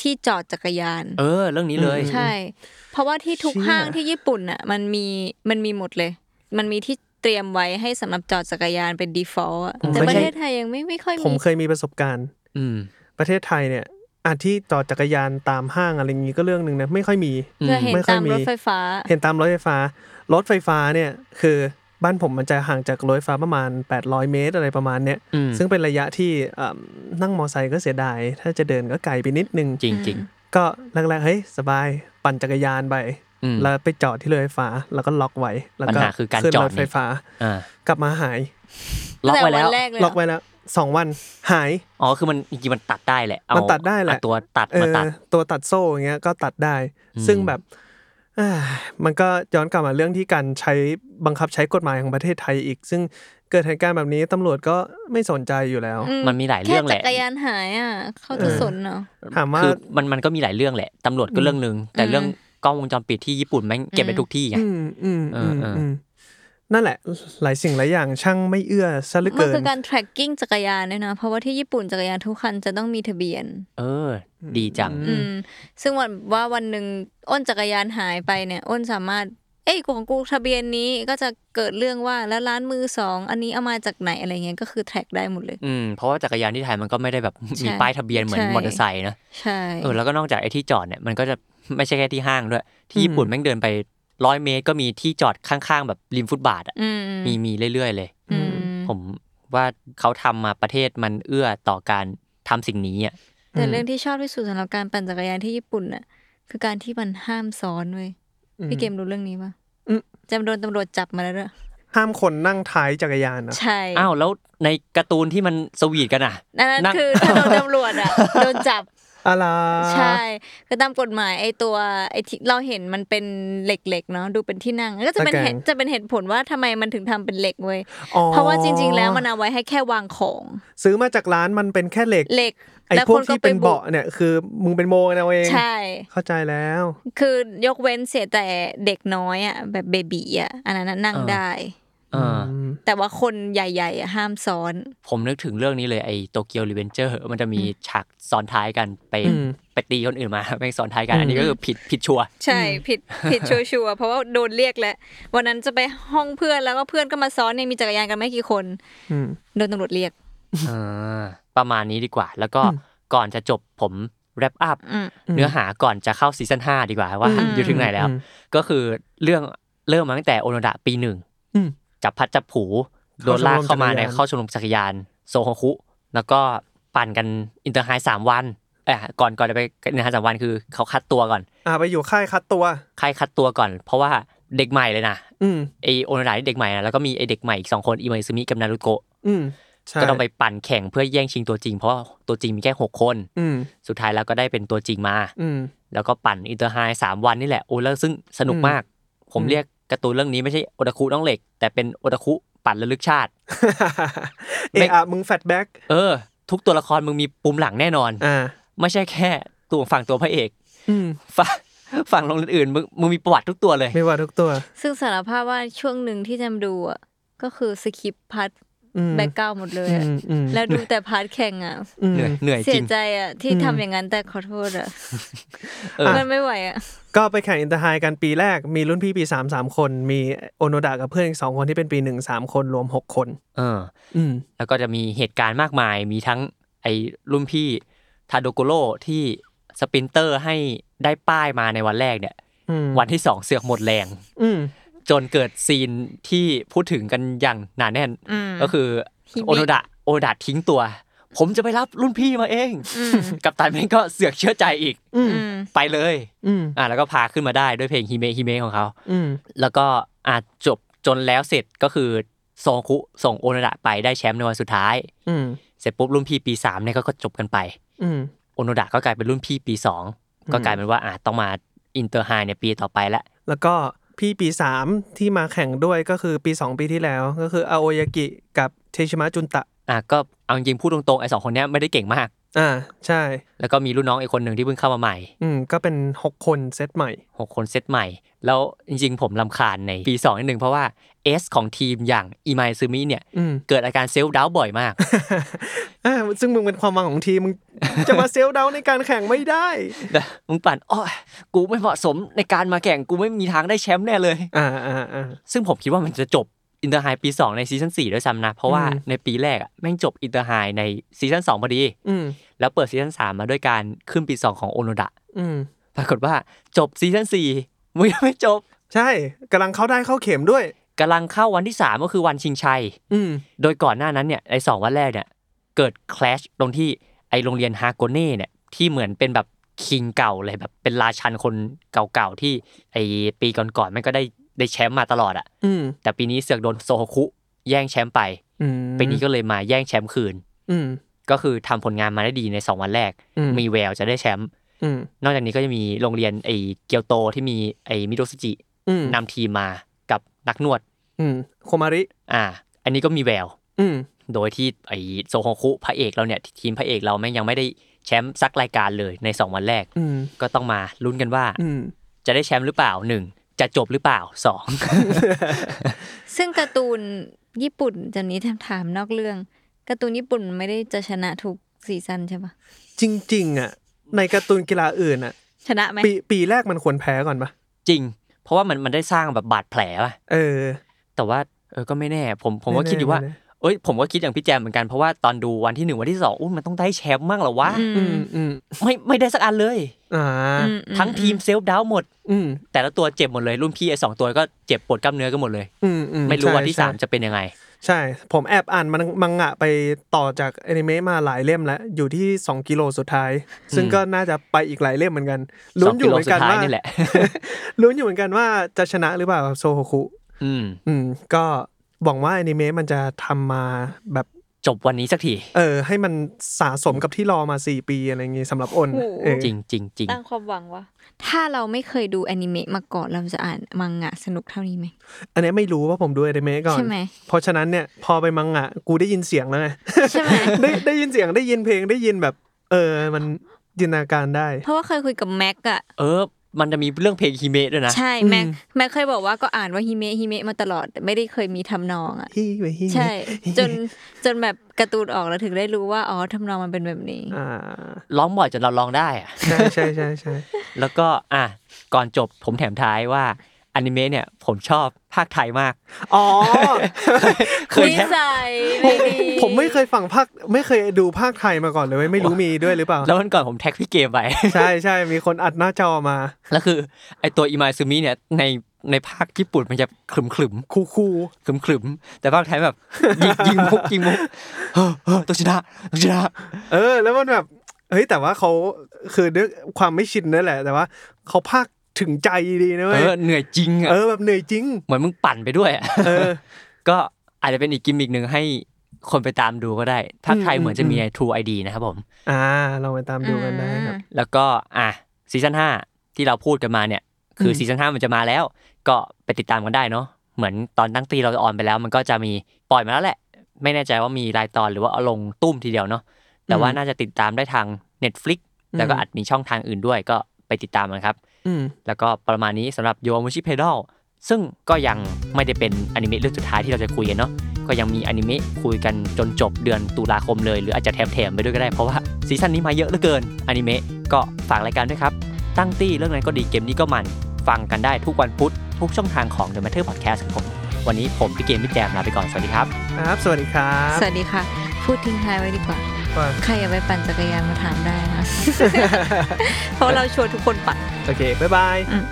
Speaker 5: ที่จอดจักรยาน
Speaker 3: เออ เรื่องนี้เลย
Speaker 5: ใช่ เพราะว่าที่ทุกห้างที่ญี่ปุ่นอ่ะ มันมีมันมีหมดเลย มันมีที่ ตรียมไว้ให้สำหรับจอดจักรยานเป็น default อะแต่
Speaker 3: ไม่
Speaker 5: ประ
Speaker 3: ใช่
Speaker 5: เทศไทยยังไม่ไม่ค่อย
Speaker 4: ผม
Speaker 5: มี
Speaker 4: เคยมีประสบการณ์
Speaker 3: อืม
Speaker 4: ประเทศไทยเนี่ยอาที่ต่อจักรยานตามห้างอะไรอย่างนี้ก็เรื่องหนึ่งนะไม่ค่อยมี
Speaker 5: เพื่อเห็น
Speaker 4: ไม่ค่อย
Speaker 5: ตาม
Speaker 4: มี
Speaker 5: รถไฟฟ้า
Speaker 4: เห็นตามรถไฟฟ้า รถไฟฟ้าเนี่ยคือบ้านผมมันจะห่างจากรถไฟฟ้าประมาณ 800 เมตรอะไรประมาณเนี้ย
Speaker 3: อืม
Speaker 4: ซึ่งเป็นระยะที่เอิ่มนั่งมอไซค์ก็เสียดาย ถ้าจะเดินก็ไกลไปนิดนึง
Speaker 3: จริงจริง
Speaker 4: ก็แรกๆเฮ้ยสบายปั่นจักรยานไป
Speaker 3: ๆอืม
Speaker 4: แล้วไปจอดที่รถไฟฟ้าแล้วก็ล็อกไว้แล้วก็
Speaker 3: ปัญหาคือการ
Speaker 4: ขึ้น
Speaker 3: จอด
Speaker 4: รถไฟ
Speaker 3: นี่
Speaker 4: ฟ้า
Speaker 3: อ่าก
Speaker 4: ลับมาหาย
Speaker 3: ล็อกไว้แล้ว
Speaker 5: ตั้งแต่นแรกเลยเหร
Speaker 4: ล็
Speaker 5: อ
Speaker 4: อกไว้แล้วสองวันหาย
Speaker 3: อ๋อ คือมันจริงๆมันตัดได้แหละ เอา
Speaker 4: นตัดได้แหละ
Speaker 3: เอาตัวตัด
Speaker 4: เอ
Speaker 3: มา
Speaker 4: อ
Speaker 3: ตัด
Speaker 4: ตัวตัดโซ่อย่างเงี้ยก็ตัดได้
Speaker 3: อืม
Speaker 4: ซึ่งแบบ <sighs> เอ้ยมันก็ย้อนกลับมาเรื่องที่การใช้บังคับใช้กฎหมายของประเทศไทยอีก ซึ่งเกิดเหตุการณ์แบบนี้ตำรวจก็ไม่สนใจอยู่แล้ว
Speaker 5: อื
Speaker 3: มันมีหลายเรื่องแหละ
Speaker 5: แค่จักรยานหายอ่ะเขาจะ
Speaker 4: เออ
Speaker 5: สนเนาะ
Speaker 4: ถามว่า
Speaker 3: คือมันมันก็มีหลายเรื่องแหละตำรวจก็เรื่องหนึ่งแต่
Speaker 5: อืม
Speaker 3: เรื่องกล้องวงจรปิดที่ญี่ปุ่นแม่งเก็บไปทุกที่ไง
Speaker 4: อืมอืมอืม
Speaker 3: เอออื
Speaker 4: มนั่นแหละ หลายสิ่งหลายอย่างช่างไม่เอื้อซะเหลือ
Speaker 5: มั
Speaker 4: เกิน
Speaker 5: คือการ tracking จักรยานด้วยนะ เพราะว่าที่ญี่ปุ่นจักรยานทุกคันจะต้องมีทะเบียน
Speaker 3: เออ ดีจัง
Speaker 4: อืม
Speaker 5: อืม ซึ่งวันว่าวันหนึ่งอ้นจักรยานหายไปเนี่ย อ้นสามารถ เอ้ยของกูทะเบียนนี้ก็จะเกิดเรื่องว่าแล้วร้านมือสองอันนี้เอามาจากไหนอะไรเงี้ยก็คือ track ได้หมดเลย
Speaker 3: อืมเพราะว่าจักรยานที่ไทยมันก็ไม่ได้แบบ
Speaker 5: ใช่
Speaker 3: มีป้ายทะเบียนเหมือน
Speaker 5: ใช่
Speaker 3: มอเตอร์ไซค์นะ
Speaker 5: ใช่
Speaker 3: เออแล้วก็นอกจากไอ้ที่จอดเนี่ยมันก็จะไม่ใช่แค่ที่ห้างด้วย ที่ญี่ปุ่นแม่งเดินไปร้อยเมตรก็มีที่จอดข้างๆ แบบริมฟุตบาทอ่ะ
Speaker 5: อืม
Speaker 3: มีมีเรื่อยๆ เลย
Speaker 5: อืม
Speaker 3: ผมว่าเขาทำมาประเทศมันเอื้อต่อการทำสิ่งนี้อ่ะ
Speaker 5: แต่เรื่องที่ชอบที่สุดสำหรับการปั่นจักรยานที่ญี่ปุ่นน่ะ คือการที่มันห้ามซ้อนเว้ยพี่เกมรู้เรื่องนี้ปะ
Speaker 4: อืม
Speaker 5: จำโดนตำรวจจับมาแล้วด้วย
Speaker 4: ห้ามคนนั่งท้ายจักรยานนะ
Speaker 5: ใช่
Speaker 3: อ้าวแล้วในการ์ตูนที่มันสวีทกันอ่ะ
Speaker 5: นั่นนั่น
Speaker 3: นั่ง
Speaker 5: คือถ้าโดนตำรวจอ่ะโดนจับ
Speaker 4: อะไร
Speaker 5: ใช่คือตามกฎหมายไอ้ตัวไอ้ที่เราเห็นมันเป็นเหล็กๆเนาะดูเป็นที่นั่งก็จะเป็นเหตุจะเป็นเหตุผลว่าทำไมมันถึงทำเป็นเหล็กเว้ย
Speaker 4: อ๋อ
Speaker 5: เพราะว่าจริง ๆ แล้วมันเอาไว้ให้แค่วางของ
Speaker 4: ซื้อมาจากร้านมันเป็นแค่เหล็ก
Speaker 5: เหล็ก
Speaker 4: ไอ้
Speaker 5: แล้ว
Speaker 4: พว
Speaker 5: ค
Speaker 4: ก
Speaker 5: นก็
Speaker 4: ที่
Speaker 5: ไป
Speaker 4: เป็น
Speaker 5: บุก
Speaker 4: เบาะเนี่ยคือมึงเป็นโมกันเอาเอง
Speaker 5: ใช่
Speaker 4: เข้าใจแล้ว
Speaker 5: คือยกเว้นเสียแต่เด็กน้อยอ่ะแบบเบบีอ่ะอันนั้นนะนั่ง
Speaker 3: เออ
Speaker 5: ได้
Speaker 3: เอออ
Speaker 4: ม
Speaker 5: แต่ว่าคนใหญ่ๆอะห้ามซ้อน
Speaker 3: ผมนึกถึงเรื่องนี้เลยไอ้โตเกียวรีเวนเจอร์มันจะมีฉากซ้อนท้ายกันไป
Speaker 4: อืม
Speaker 3: ไปตีคนอื่นมา <laughs> แม่งซ้อนท้ายกัน อันนี้ก็คือผิดผิดชัวร์
Speaker 5: ใช่ผิดผิดชัวร์ๆเพราะว่าโดนเรียกแล้ววันนั้นจะไปห้องเพื่อนแล้วก็เพื่อนก็มาซ้อนเนี่ยมีจักรยานกันไม่กี่คน
Speaker 4: อืม
Speaker 5: โดนตำรวจเรียก
Speaker 3: เออประมาณนี้ดีกว่า แล้วก็
Speaker 4: อืม
Speaker 3: ก่อนจะจบผมแรปอัพ
Speaker 5: อืม
Speaker 3: เนื้อหาก่อนจะเข้าซีซั่น5ดีกว่าว่า
Speaker 5: อืม
Speaker 3: อยู่ถึงไหนแล้ว
Speaker 4: อืม
Speaker 3: ก็คือเรื่องเริ่มมาตั้งแต่โอโนดะปีหนึ่ง
Speaker 4: อืม
Speaker 3: จับพัดจับผูโดนลากเข้ามาใน
Speaker 4: เข้าชมรมจักรยาน
Speaker 3: เข้าชมรมจักรยานโซโฮคุแล้วก็ปั่นกันอินเตอร์ไฮสามวันเออก่อนก่อนจะไปอินเตอร์ไฮสามวันคือเขาคัดตัวก่อน
Speaker 4: อ่าไปอยู่ค่ายคัดตัว
Speaker 3: ใครคัดตัวก่อน เพราะว่าเด็กใหม่เลยนะ
Speaker 4: อืม
Speaker 3: ไอโอนาดานี่เด็กใหม่นะแล้วก็มีไอเด็กใหม่อีกสองคนอิมาซึมิกับนารุโกะ
Speaker 4: อืม ใช่
Speaker 3: ก็ต้องไปปั่นแข่งเพื่อแย่งชิงตัวจริง เพราะว่าตัวจริงมีแค่หกคน
Speaker 4: อืม
Speaker 3: สุดท้ายแล้วก็ได้เป็นตัวจริงมา
Speaker 4: อืม
Speaker 3: แล้วก็ปั่นอินเตอร์ไฮสามวันนี่แหละโอ้แล้วซึ่งสนุกมาก ผม
Speaker 4: อืม
Speaker 3: เรียกการ์ตูนเรื่องนี้ไม่ใช่โอตาคุน้องเหล็ก แต่เป็นโอตาคุปั่นระลึกชาติ
Speaker 4: เอะอะมึงแฟตแบ็ก
Speaker 3: เออ ทุกตัวละครมึงมีปุ่มหลังแน่นอน
Speaker 4: อ่า
Speaker 3: ไม่ใช่แค่ตัวฝั่งตัวพระเอก
Speaker 4: อืม
Speaker 3: ฝั่งฝั่งลงอื่นๆมึงมึงมีประวัติทุกตัวเลย
Speaker 4: ไม่ว่าทุกตัว
Speaker 5: ซึ่งสารภาพว่าช่วงหนึ่งที่จำดูอ่ะก็คือสคิปพาร์ท
Speaker 4: อืม
Speaker 5: แบ็กเก้าหมดเลย
Speaker 4: อื
Speaker 5: อะ
Speaker 4: มอืม
Speaker 5: แล้วดูแต่พาร์ทแข่งอ่ะ
Speaker 4: อืม
Speaker 3: เหนื่อยเหนื่อย
Speaker 5: เสี
Speaker 3: จริ
Speaker 5: ย
Speaker 3: ง
Speaker 5: ใจอ่ะที่ทำอย่างนั้นแต่ขอโทษอ่ะ
Speaker 3: เออ
Speaker 5: มันไม่ไหวอ่ะ
Speaker 4: ก็ไปแข่งอินเตอร์ไฮกันปีแรก มีรุ่นพี่ปีสามสามคน มีโอโนดะกับเพื่อนอีกสองคนที่เป็นปีหนึ่งสามคนรวมหกคน
Speaker 3: เออ
Speaker 4: อืม
Speaker 3: แล้วก็จะมีเหตุการณ์มากมาย มีทั้งไอ้รุ่นพี่ทาโดโกโรที่สปรินเตอร์ให้ได้ป้ายมาในวันแรกเนี่ย
Speaker 4: อืม
Speaker 3: วันที่สองเสือกหมดแรง
Speaker 4: อืม
Speaker 3: จนเกิดซีนที่พูดถึงกันอย่างหนาแน่น
Speaker 5: อืม
Speaker 3: ก็คือโอโนดะโอโนดะทิ้งตัว ผมจะไปรับรุ่นพี่มาเอง
Speaker 5: อืม
Speaker 3: <laughs> กับตันแม่งก็เสือกเชื่อใจอีก
Speaker 4: อืม
Speaker 5: อืม
Speaker 3: ไปเลย
Speaker 4: อืม
Speaker 3: อ่ะแล้วก็พาขึ้นมาได้ด้วยเพลงฮิเมะฮิเมะของเขา
Speaker 4: อืม
Speaker 3: แล้วก็อ่ะจบจนแล้วเสร็จก็คือโซคุส่งโอโนดะไปได้แชมป์ในวันสุดท้าย
Speaker 4: อืม
Speaker 3: เสร็จปุ๊บรุ่นพี่ปีสามเนี่ยก็ก็จบกันไป
Speaker 4: อืม
Speaker 3: โอโนดะก็กลายเป็นรุ่นพี่ปีสอง
Speaker 4: อืม
Speaker 3: ก็กลายเป็นว่าอาจต้องมาอินเตอร์ไฮในปีต่อไปละ
Speaker 4: แล้วก็พี่ปีสามที่มาแข่งด้วยก็คือปีสองปีที่แล้ว ก็คืออาโอยากิกับเทชิมะจุนตะ
Speaker 3: อ่ะก็เอาจริงๆพูดตรงๆไอ้สองคนเนี้ยไม่ได้เก่งมาก
Speaker 4: อ่าใช่
Speaker 3: แล้วก็มีรุ่นน้องอีกคนหนึ่งที่เพิ่งเข้ามาใหม่
Speaker 4: อืม ก็เป็นหกคนเซตใหม่
Speaker 3: หกคนเซตใหม่ แล้วจริงๆผมลำคาญในปีสองนิดนึงเพราะว่า S ของทีมอย่างอิมายซึมิเนี่ย
Speaker 4: อืม
Speaker 3: เกิดอาการเซลฟ์ดาวบ่อย
Speaker 4: <laughs>
Speaker 3: มาก
Speaker 4: อ่าซึ่งมึงเป็นความหวังของทีมมึงจะมาเซลล์เดาในการแข่งไม่ได้
Speaker 3: มึงปั่นอ้อกูไม่เหมาะสมในการมาแข่งกูไม่มีทางได้แชมป์แน่เลย
Speaker 4: อ่าอ่าอ่า
Speaker 3: ซึ่งผมคิดว่ามันจะจบ อินเตอร์ไฮปีสองในซีซั่นสี่ด้วยซ้ำนะ เพราะว่า
Speaker 4: อืม
Speaker 3: ในปีแรกอะแม่งจบอินเตอร์ไฮในซีซั่นสองพอดี
Speaker 4: อืม
Speaker 3: แล้วเปิดซีซั่นสามมาด้วยการขึ้นปีสองของโอโนดะ
Speaker 4: อืม
Speaker 3: ปรากฏว่าจบซีซั่นสี่มึงยังไม่จบ
Speaker 4: ใช่กำลังเข้าได้เข้าเข็มด้วย
Speaker 3: กำลังเข้าวันที่สามก็คือวันชิงชัย
Speaker 4: อืม
Speaker 3: โดยก่อนหน้านั้นเนี่ยในสองวันแรกเนี่ยเกิดคลชตรงที่ไอโรงเรียนฮาโกเน่เนี่ยที่เหมือนเป็นแบบคิงเก่าเลยแบบเป็นราชันคนเก่าๆที่ไอปีก่อนๆมันก็ได้ได้แชมป์มาตลอดอะ
Speaker 4: อืม
Speaker 3: แต่ปีนี้เสือกโดนโซโฮคุ แย่งแชมป์ไป
Speaker 4: อืม
Speaker 3: ปีนี้ก็เลยมาแย่งแชมป์คืน
Speaker 4: อืม
Speaker 3: ก็คือทำผลงานมาได้ดีในสองวันแรก
Speaker 4: อืม
Speaker 3: มีแววจะได้แชมป์
Speaker 4: อืม
Speaker 3: นอกจากนี้ก็จะมีโรงเรียนไอเกียวโตที่มีไอมิโดซุจิ
Speaker 4: อืม
Speaker 3: นำทีมมากับนักนวด
Speaker 4: อืมโคมาริ
Speaker 3: อ่า อันนี้ก็มีแวว
Speaker 4: อืม
Speaker 3: โดยที่ไอโซโฮคุพระเอกเราเนี่ย ทีมพระเอกเราแม่งยังไม่ได้แชมป์สักรายการเลยใน 2 วันแรก
Speaker 4: อืม
Speaker 3: ก็ต้องมาลุ้นกันว่า
Speaker 4: อืม
Speaker 3: จะได้แชมป์หรือเปล่า 1 จะจบหรือเปล่า
Speaker 5: ซึ่งการ์ตูนญี่ปุ่นจำนี้ถามนอกเรื่องการ์ตูนญี่ปุ่นไม่ได้จะชนะทุกซีซันใช่ปะ
Speaker 4: จริง ๆ อ่ะ ในการ์ตูนกีฬาอื่นอ่ะ
Speaker 5: ชนะไหม
Speaker 4: ปีปีแรกมันควรแพ้ก่อนปะ
Speaker 3: 2 <laughs> จริง เพราะว่ามันมันได้สร้างแบบบาดแผลป่ะ
Speaker 4: เออ
Speaker 3: แต่ว่าเออก็ไม่แน่ ผมผมก็
Speaker 4: แน่ๆ
Speaker 3: คิดอยู่ว่า
Speaker 4: แน่ๆ
Speaker 3: เอ้ยผมก็คิดอย่างพี่แจมเหมือนกันเพราะว่าตอนดูวันที่หนึ่งวันที่สองอุ้ยมันต้องได้แชมป์มั่งเหรอวะ
Speaker 5: อื
Speaker 4: อื
Speaker 5: ม
Speaker 4: มอืม
Speaker 3: ไม่ไม่ได้สักอันเลย
Speaker 4: อ่า
Speaker 5: อือื
Speaker 3: ทั้งทีมเซลฟ์ดาวน์หมด
Speaker 4: อืม
Speaker 3: แต่ละตัวเจ็บหมดเลย รุ่นพี่ไอ้สองตัวก็เจ็บปวดกล้ามเนื้อกันหมดเลย
Speaker 4: อืมอืม
Speaker 3: ไม่รู้
Speaker 4: ใช่
Speaker 3: วันที่
Speaker 4: ใช่
Speaker 3: สามจะเป็นยังไง
Speaker 4: ใช่ ผมแอบอ่านมันมังงะไปต่อจากอนิเมะมาหลายเล่มแล้ว อยู่ที่ 2 กิโลสุดท้าย ซึ่งก็น่าจะไปอีกหลายเล่มเหมือนกันลุ้นอยู่เหมือนกัน
Speaker 3: สองกิโลสุดท้าย
Speaker 4: <laughs> ว่า
Speaker 3: นี่แหละ <laughs>
Speaker 4: ลุ้นอยู่เหมือนกันว่าจะชนะหรือเปล่ากับโซโฮคุ
Speaker 3: อืม
Speaker 4: อืม ก็หวังว่าอนิเมะมันจะทำมาแบบ
Speaker 3: จบวันนี้สักที
Speaker 4: เออ ให้มันสะสมกับที่รอมา 4 ปีอะไรอย่างงี้สำหรับอ้นเออ
Speaker 3: จริงจริงจริง
Speaker 5: ตั้งความหวังว่า ถ้าเราไม่เคยดูแอนิเมะมาก่อนเราจะอ่านมังงะสนุกเท่านี้ไหม
Speaker 4: อันเนี้ยไม่รู้ว่าผมดูอนิเมะก่อน
Speaker 5: ใช่
Speaker 3: <laughs>
Speaker 5: ไหม
Speaker 4: เพราะฉะนั้นเนี่ยพอไปมังงะกูได้ยินเสียงแล้วไง <laughs>
Speaker 5: ใช่ไหม
Speaker 4: ได้ได้ยินเสียงได้ยินเพลงได้ยินแบบ เออ มันจินตนาการได้
Speaker 5: เพราะว่าเคยคุยกับแม็กอะ
Speaker 3: เออ มันจะมีเรื่องเพลงฮิเมะด้วยนะ
Speaker 5: ใช่แม็กแม็กเคยบอกว่าก็อ่านว่าฮิเมะฮิเมะมาตลอดแต่ไม่ได้เคยมีทำนองอะ
Speaker 4: ฮิเวฮิเว
Speaker 5: ใช่ จนจนแบบการ์ตูนออกแล้วถึงได้รู้ว่าอ๋อทำนองมันเป็นแบบนี้
Speaker 4: อ่า
Speaker 3: ร้องบ่อยจนเราร้องได้อะ
Speaker 4: ใช่ใช่ใช่ใช่
Speaker 3: แล้วก็อ่ะก่อนจบผมแถมท้ายว่าอนิเมะเนี่ยผมชอบภาคไทยมาก
Speaker 5: <laughs>
Speaker 4: อ๋อ
Speaker 3: เคย
Speaker 5: นิ
Speaker 3: แทบ
Speaker 5: สัยไม่ดี
Speaker 4: ผมไม่เคยฟังภาคไม่เคยดูภาคไทยมาก่อนเลยเว้ยไม่รู้มีด้วยห
Speaker 5: <laughs>
Speaker 4: รือเปล่า
Speaker 3: แล้ววันก่อนผมแท็กพี่เกมไป
Speaker 4: ใช่ใช่มีคนอัดหน้าจอมา
Speaker 3: <laughs> แล้วคือไอตัวอิมาซึมิเนี่ยในในภาคญี่ปุ่นมันจะขลุมขลุม
Speaker 4: คูคู
Speaker 3: ๆขลุมขลุมๆแต่ภาคไทยแบบ <laughs> ยิงยิงมุกยิงมุก <laughs> เฮ้อเฮ้อต้องชนะต้องชนะ
Speaker 4: เออ แล้วมันแบบเฮ้ยแต่ว่าเขาคือด้วยความไม่ชินนั่นแหละ แต่ว่าเขาภาคถึงใจดีนะ
Speaker 3: เอ
Speaker 4: เว้ย
Speaker 3: อเหนื่อยจริงอ่ะ
Speaker 4: เออแบบเหนื่อยจริง
Speaker 3: เหมือนมึงปั่นไปด้วยอะ <laughs>
Speaker 4: เออ <laughs>
Speaker 3: ก็อาจจะเป็นอีกกิมมิกหนึ่งให้คนไปตามดูก็ได้ภาคไทย
Speaker 4: อืม
Speaker 3: เหมือนจะมีไอ้ True ID นะครับผม
Speaker 4: อ่าเราไปตามดูกันได้ครับ
Speaker 3: แล้วก็อ่ะซีซั่น5ที่เราพูดกันมาเนี่ย คืออ
Speaker 4: ม
Speaker 3: ซีซั่น5มันจะมาแล้ว ก็ไปติดตามกันได้เนาะเหมือนตอนตั้งตีเราออนไปแล้ว มันก็จะมีปล่อยมาแล้วแหละ ไม่แน่ใจว่ามีรายตอนหรือว่าเอาลงตุ้มทีเดียวเนาะแต่ว่าน่าจะติดตามได้ทาง Netflix แล้วก็อาจมีช่องทางอื่นด้วยก็ไปติดตามกันครับ
Speaker 4: อืม
Speaker 3: แล้วก็ประมาณนี้สำหรับโยมุชิเพด a ลซึ่งก็ยังไม่ได้เป็นอนิเมะเรื่องสุดท้ายที่เราจะคุยกันเนาะก็ยังมีอนิเมะคุยกันจนจบเดือนตุลาคมเลย หรืออาจจะแถมๆไปด้วยก็ได้เพราะว่าซีซั่นนี้มาเยอะเหลือเกินอนิเมะก็ฝากรายการด้วยครับ ตั้งตี้เรื่องนั้นก็ดีเกมนี้ก็มัน ฟังกันได้ทุกวันพุธทุกช่องทางของ The Matter Podcast ครับผมวันนี้ผมพี่เกมพี่แจมลาไปก่อนสวัสดีครับ
Speaker 4: ครับ สวัสดีครับ
Speaker 5: สวัสดีค่ะ พูดทิ้งท้ายไว้ดีกว่า
Speaker 4: ว่า
Speaker 5: ใครอยากไป
Speaker 4: <laughs>
Speaker 5: ปั่นจักรยานมาถามได้นะ เพราะเราชวนทุกคนปั่น
Speaker 4: โอเค บ๊ายบาย
Speaker 5: อืม